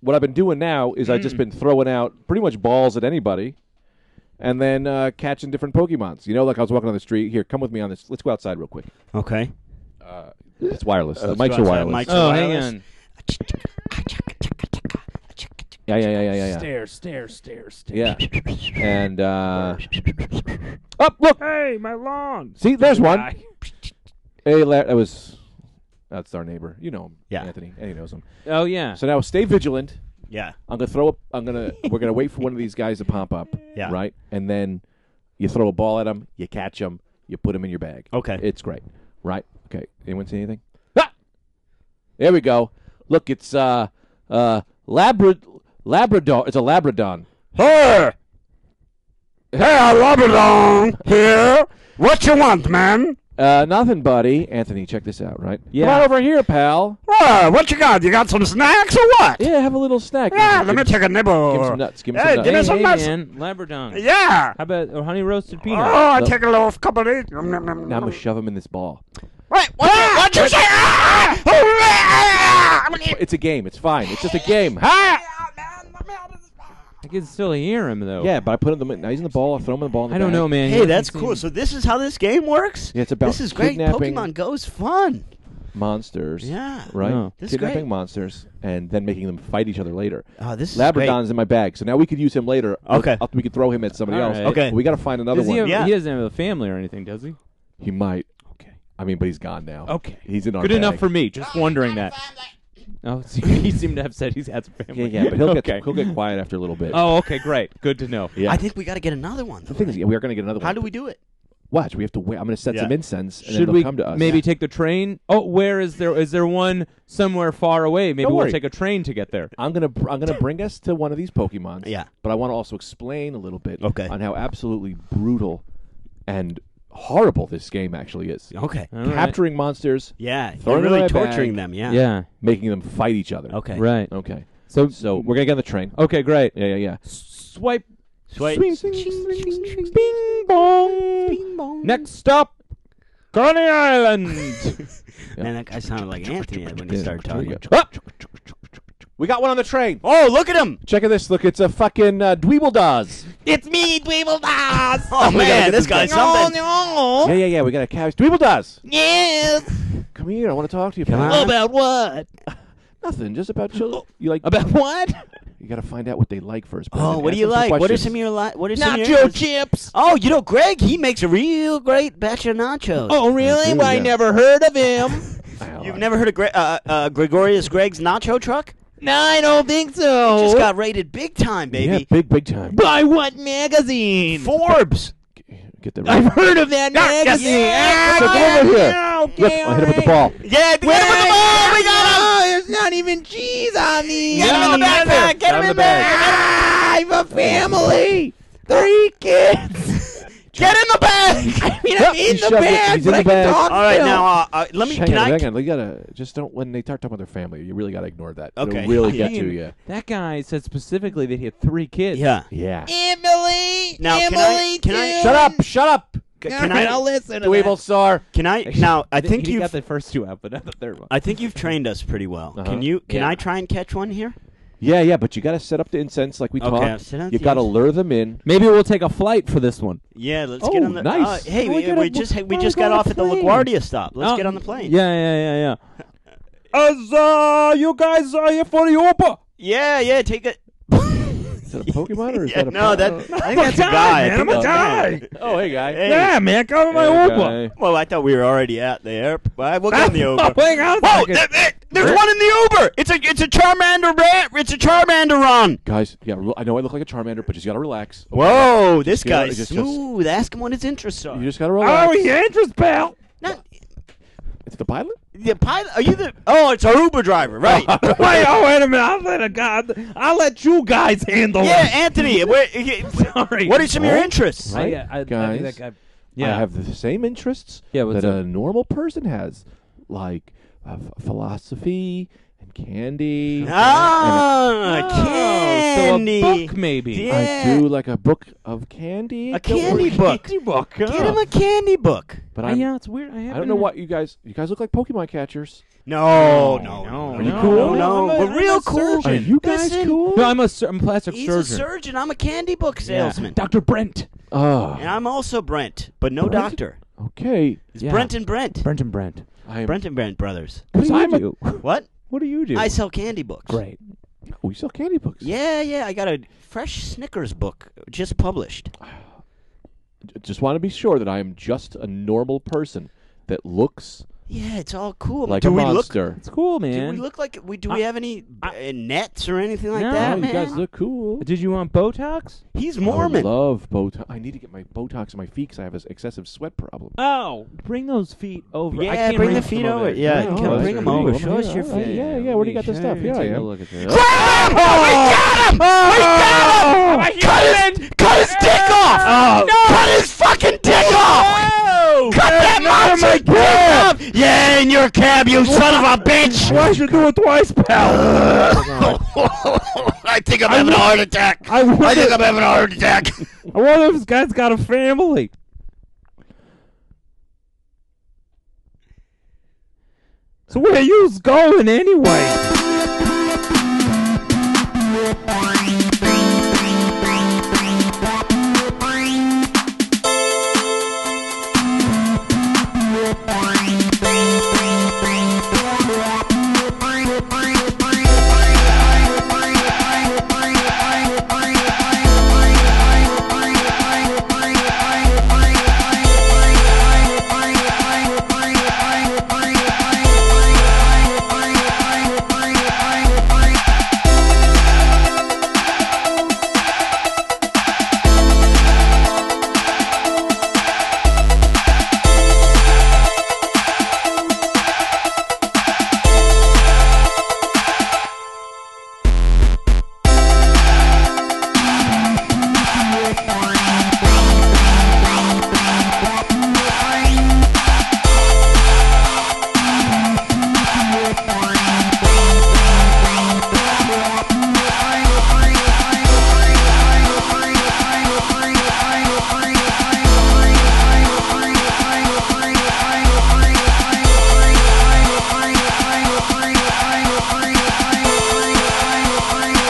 what I've been doing now is I've just been throwing out pretty much balls at anybody. And then uh, catching different Pokemons. You know, like I was walking on the street. Here, come with me on this. Let's go outside real quick.
okay.
It's wireless. the
let's
mics
go
are
outside.
wireless.
Mics-
Oh,
Oh,
hang
wireless.
on.
Yeah, yeah, yeah, yeah, yeah, yeah.
Stairs, stairs, stairs, stairs.
Yeah. And uh Up, Oh, look.
Hey, my lawn.
See, there's one.
Guy.
Hey, La- that was that's our neighbor. You know him,
Yeah.
Anthony. And he knows him.
Oh yeah.
So now stay vigilant.
Yeah.
I'm gonna throw up I'm <laughs> gonna we're gonna wait for one of these guys to pop up.
Yeah.
Right? And then you throw a ball at him, you catch him, you put him in your bag.
Okay.
It's great. Right? Okay. Anyone see anything? Ah! There we go. Look, it's uh uh Labrad Labrador it's a Labradon.
Hey, hey, Robert here. What you want, man?
Uh, nothing, buddy. Anthony, check this out, right?
Yeah.
Come on over here, pal.
Whoa, what you got? You got some snacks or what?
Yeah, have a little snack.
Yeah, let
Give
me
us-
take a nibble.
Give me some nuts. Give me
Hey,
some
give me
hey,
nuts.
some
hey,
nuts.
man, Labradon.
Yeah.
How about a honey roasted
Oh,
peanut?
I
No.
take a little cup of tea. Nom, nom, nom,
Now I'm
nom.
gonna shove him in this ball.
Wait, what? What you say? Ah! Oh, ah! I'm gonna eat-
It's a game. It's fine. It's just a game.
Ah!
I can still hear him
Oh.
though.
Yeah, but I put him in. Now he's in the ball. I throw him in the ball. In the
I don't
bag.
know, man.
Hey, that's cool. So this is how this game works.
Yeah, it's about
this is great.
kidnapping-
Pokemon Go's fun.
Monsters.
Yeah.
Right.
No.
This is
Kidnapping
great.
monsters and then making them fight each other later.
Oh, this is great.
Labradon's in my bag, so now we could use him later.
Okay.
Uh, We could throw him at somebody
All
else.
right.
Okay.
We gotta find another
Does he,
one.
have,
Yeah.
he doesn't have a family or anything, does he?
He might.
Okay.
I mean, but he's gone now.
Okay.
He's in our
Good enough
bag.
for me. Just wondering that. <laughs> Oh, see, he seemed upset. He's had some
Yeah,
family.
yeah, but he'll
okay.
get he'll get quiet after a little bit.
Oh, okay, great. Good to know.
Yeah.
I think we got to get another one.
The
Though.
thing is, yeah, we are going to get another
How
one.
do we do it?
Watch, we have to wait. I'm going to set
Yeah.
some incense, and then
Should
they'll
we
come to us.
maybe take the train? Oh, where is there? Is there one somewhere far away? Maybe
Don't
we'll
worry.
take a train to get there.
I'm gonna br- I'm gonna bring us to one of these Pokemon.
Yeah.
But I want to also explain a little bit.
Okay.
On how absolutely brutal and horrible this game actually is.
Okay.
All right.
Capturing monsters,
Yeah, you're
Throw it in
really
my bag.
torturing them. Yeah.
Yeah.
making them fight each other.
Okay.
Right.
Okay.
So Oh.
So we're gonna get on the train.
okay, great.
Yeah, yeah, yeah.
Swipe
Sweet.
Swing, swing, swing, swing, swing, Bing bong. Bing bong.
Next up, Coney Island.
Man, that guy sounded like Anthony when he started talking.
Ah! We got one on the train.
Oh, look at
<laughs>
him!
Check out this. Look, it's a fucking uh, Dweeble Dawes.
It's me, Dweeble Dawes! Oh,
we gotta
man,
get Oh,
this
this
guy's
guy.
something. Oh.
Yeah, yeah, yeah. We got a couch. Dweeble Dawes.
Yes!
Come here. I want to talk to you.
Come
pal.
on.
About what?
Nothing. Just about children. You like?
Oh. About what?
You got to find out what they like first.
Oh,
Brendan.
what do
Ask
you
them some
like? What are
questions.
some of your li- What are some of your
Nacho chips.
Oh, you know, Greg, he makes a real great batch of nachos.
Oh, really?
Yeah.
Well, I never heard of him.
Well,
You've
I-
never heard of Gre- uh, uh, Gregorius Greg's nacho truck?
no, I don't think so.
Just got rated Oh. big time,
Yeah,
baby.
big, big time.
by what magazine?
Forbes.
Get the.
I've heard of that
yes,
magazine.
yeah,
So come over here. Look, I hit him with the ball.
Yeah, get him with the ball. We got him.
Oh, there's not even cheese on these.
Get him in the
No,
backpack. Get
Out
him
of
in
the
the back.
I have Ah, a family. Three
<laughs>
kids.
Get in the back.
I mean,
Yeah,
I'm in
he
the
shoved it.
bag,
He's in
but I
the
can
bag.
talk
All right,
still.
now uh, uh, let me.
Hang
Can
on,
I?
hang on. You gotta just don't when they start talking about their family. You really gotta ignore that.
Okay. <laughs>
It'll really
I
get
mean-
to you.
<laughs> That guy said specifically that he had three kids.
Yeah.
Yeah.
Emily.
Now, can
Emily.
I- can I-
June.
Shut up! Shut up!
C-
All
Can
right, I'll
I?
listen. to
Dweeble
that.
star.
Can
<laughs>
I? Now, I
He-
think
he got
you've.
the first two out, but not the third one.
I think you've trained us pretty well. Can you? Can
Yeah.
I try and catch one here?
Yeah, yeah, but you gotta set up the incense like we
Okay, I'll
talked.
set up
you
the
gotta
incense.
lure
<laughs>
them in.
Maybe we'll take a flight for this one.
Yeah, let's
Oh,
get on the.
nice.
Uh, hey,
Why don't we
we,
get
we
on-
just hey, we
why don't
just
we go
got
on
off
the
at the
plane?
LaGuardia stop. Let's
Oh,
get on the plane.
Yeah, yeah, yeah, yeah. As uh, you guys are here for the Opa.
yeah, yeah. Take it.
Is that a Pokemon or is
Yeah,
that a
no, that I
Pokemon?
think that's a guy. I think
a
that's a guy.
Oh, hey, guy.
Hey.
man, come
Well, I thought we were already at the airport. We'll get in <laughs> the Uber.
Hang on a
Whoa,
second.
th- th- there's one in the Uber. It's a it's a Charmander ran. It's a Charmander run.
Guys, yeah, re- I know I look like a Charmander, but you just gotta relax. okay?
Whoa, this
get out-
guy's
just- just-
smooth. Ask him what his interests are.
You just gotta
Oh,
relax.
yeah, interest pal.
Not-
It's the pilot?
the pilot? Are you the? Oh, it's our Uber driver, right?
<laughs> Wait, oh wait a minute. I'll let a guy. I'll let you guys handle
yeah, Anthony. where-
<laughs> Sorry.
What are some of your
Right?
interests?
Right,
I, I,
guys?
I think that guy,
Yeah.
yeah.
I have the same interests
Yeah, what's
that a
up?
normal person has, like uh, f- philosophy and candy.
Ah,
Oh,
candy.
So a book maybe.
Yeah.
I do like a book of candy.
A
Don't
candy
worry.
book.
book.
Get him a candy book.
But
Uh,
I'm,
yeah, it's weird. I,
I don't know what you guys. You guys look like Pokemon catchers.
No, no,
No,
no,
no,
no,
no,
no,
no.
I'm a-
We're
I'm
real
a
cool.
surgeon.
Are you guys
Listen,
cool?
No, I'm a, sur- I'm a plastic
He's
surgeon.
a surgeon. I'm a candy book
Yeah.
salesman.
Dr. Brent.
Ah,
And I'm also Brent, but no
Brent?
doctor.
okay.
It's
Yeah.
Brent and Brent.
Brent and Brent.
I am,
Brent and Brent brothers.
What do
I'm
you
a-
do?
What?
What do you do?
I sell candy books.
Great.
Oh, you sell candy books.
Yeah, yeah. I got a fresh Snickers book just published.
J- Just want to be sure that I am just a normal person that looks
Yeah, it's all cool.
like
do
a
we look?
monster.
It's cool,
Do
man.
we look like we? Do
I-
we have any uh, nets or anything like
No,
Oh,
that,
you
man?
guys look cool.
Did you want Botox?
He's Mormon.
I love Botox. I need to get my Botox in my feet because I have this excessive sweat problem.
Oh, bring those feet over.
Yeah,
I can't
bring the
reach
feet
them
over.
over.
Yeah,
Yeah,
come
all right,
bring 'em
sure.
over.
Yeah,
Show us
all
your
right,
feet.
Yeah, yeah. Where do you got this stuff? Yeah, yeah.
Grab him! We got him! We got him! Cut his, cut his dick off! Cut his fucking dick off! Cut that monster dick off! Yeah, in your cab, you son of a bitch!
Why should do it twice, pal?
<laughs> I think I'm having a heart attack.
I
I
wonder,
think I'm having a heart attack.
<laughs>
<laughs>
I wonder if this guy's got a family. So where you's going anyway?
Bye.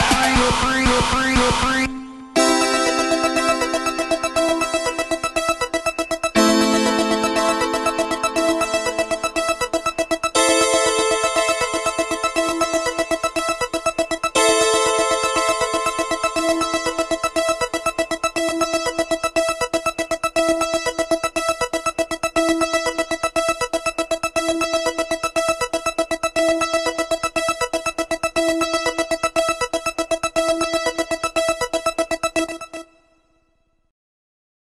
free, free.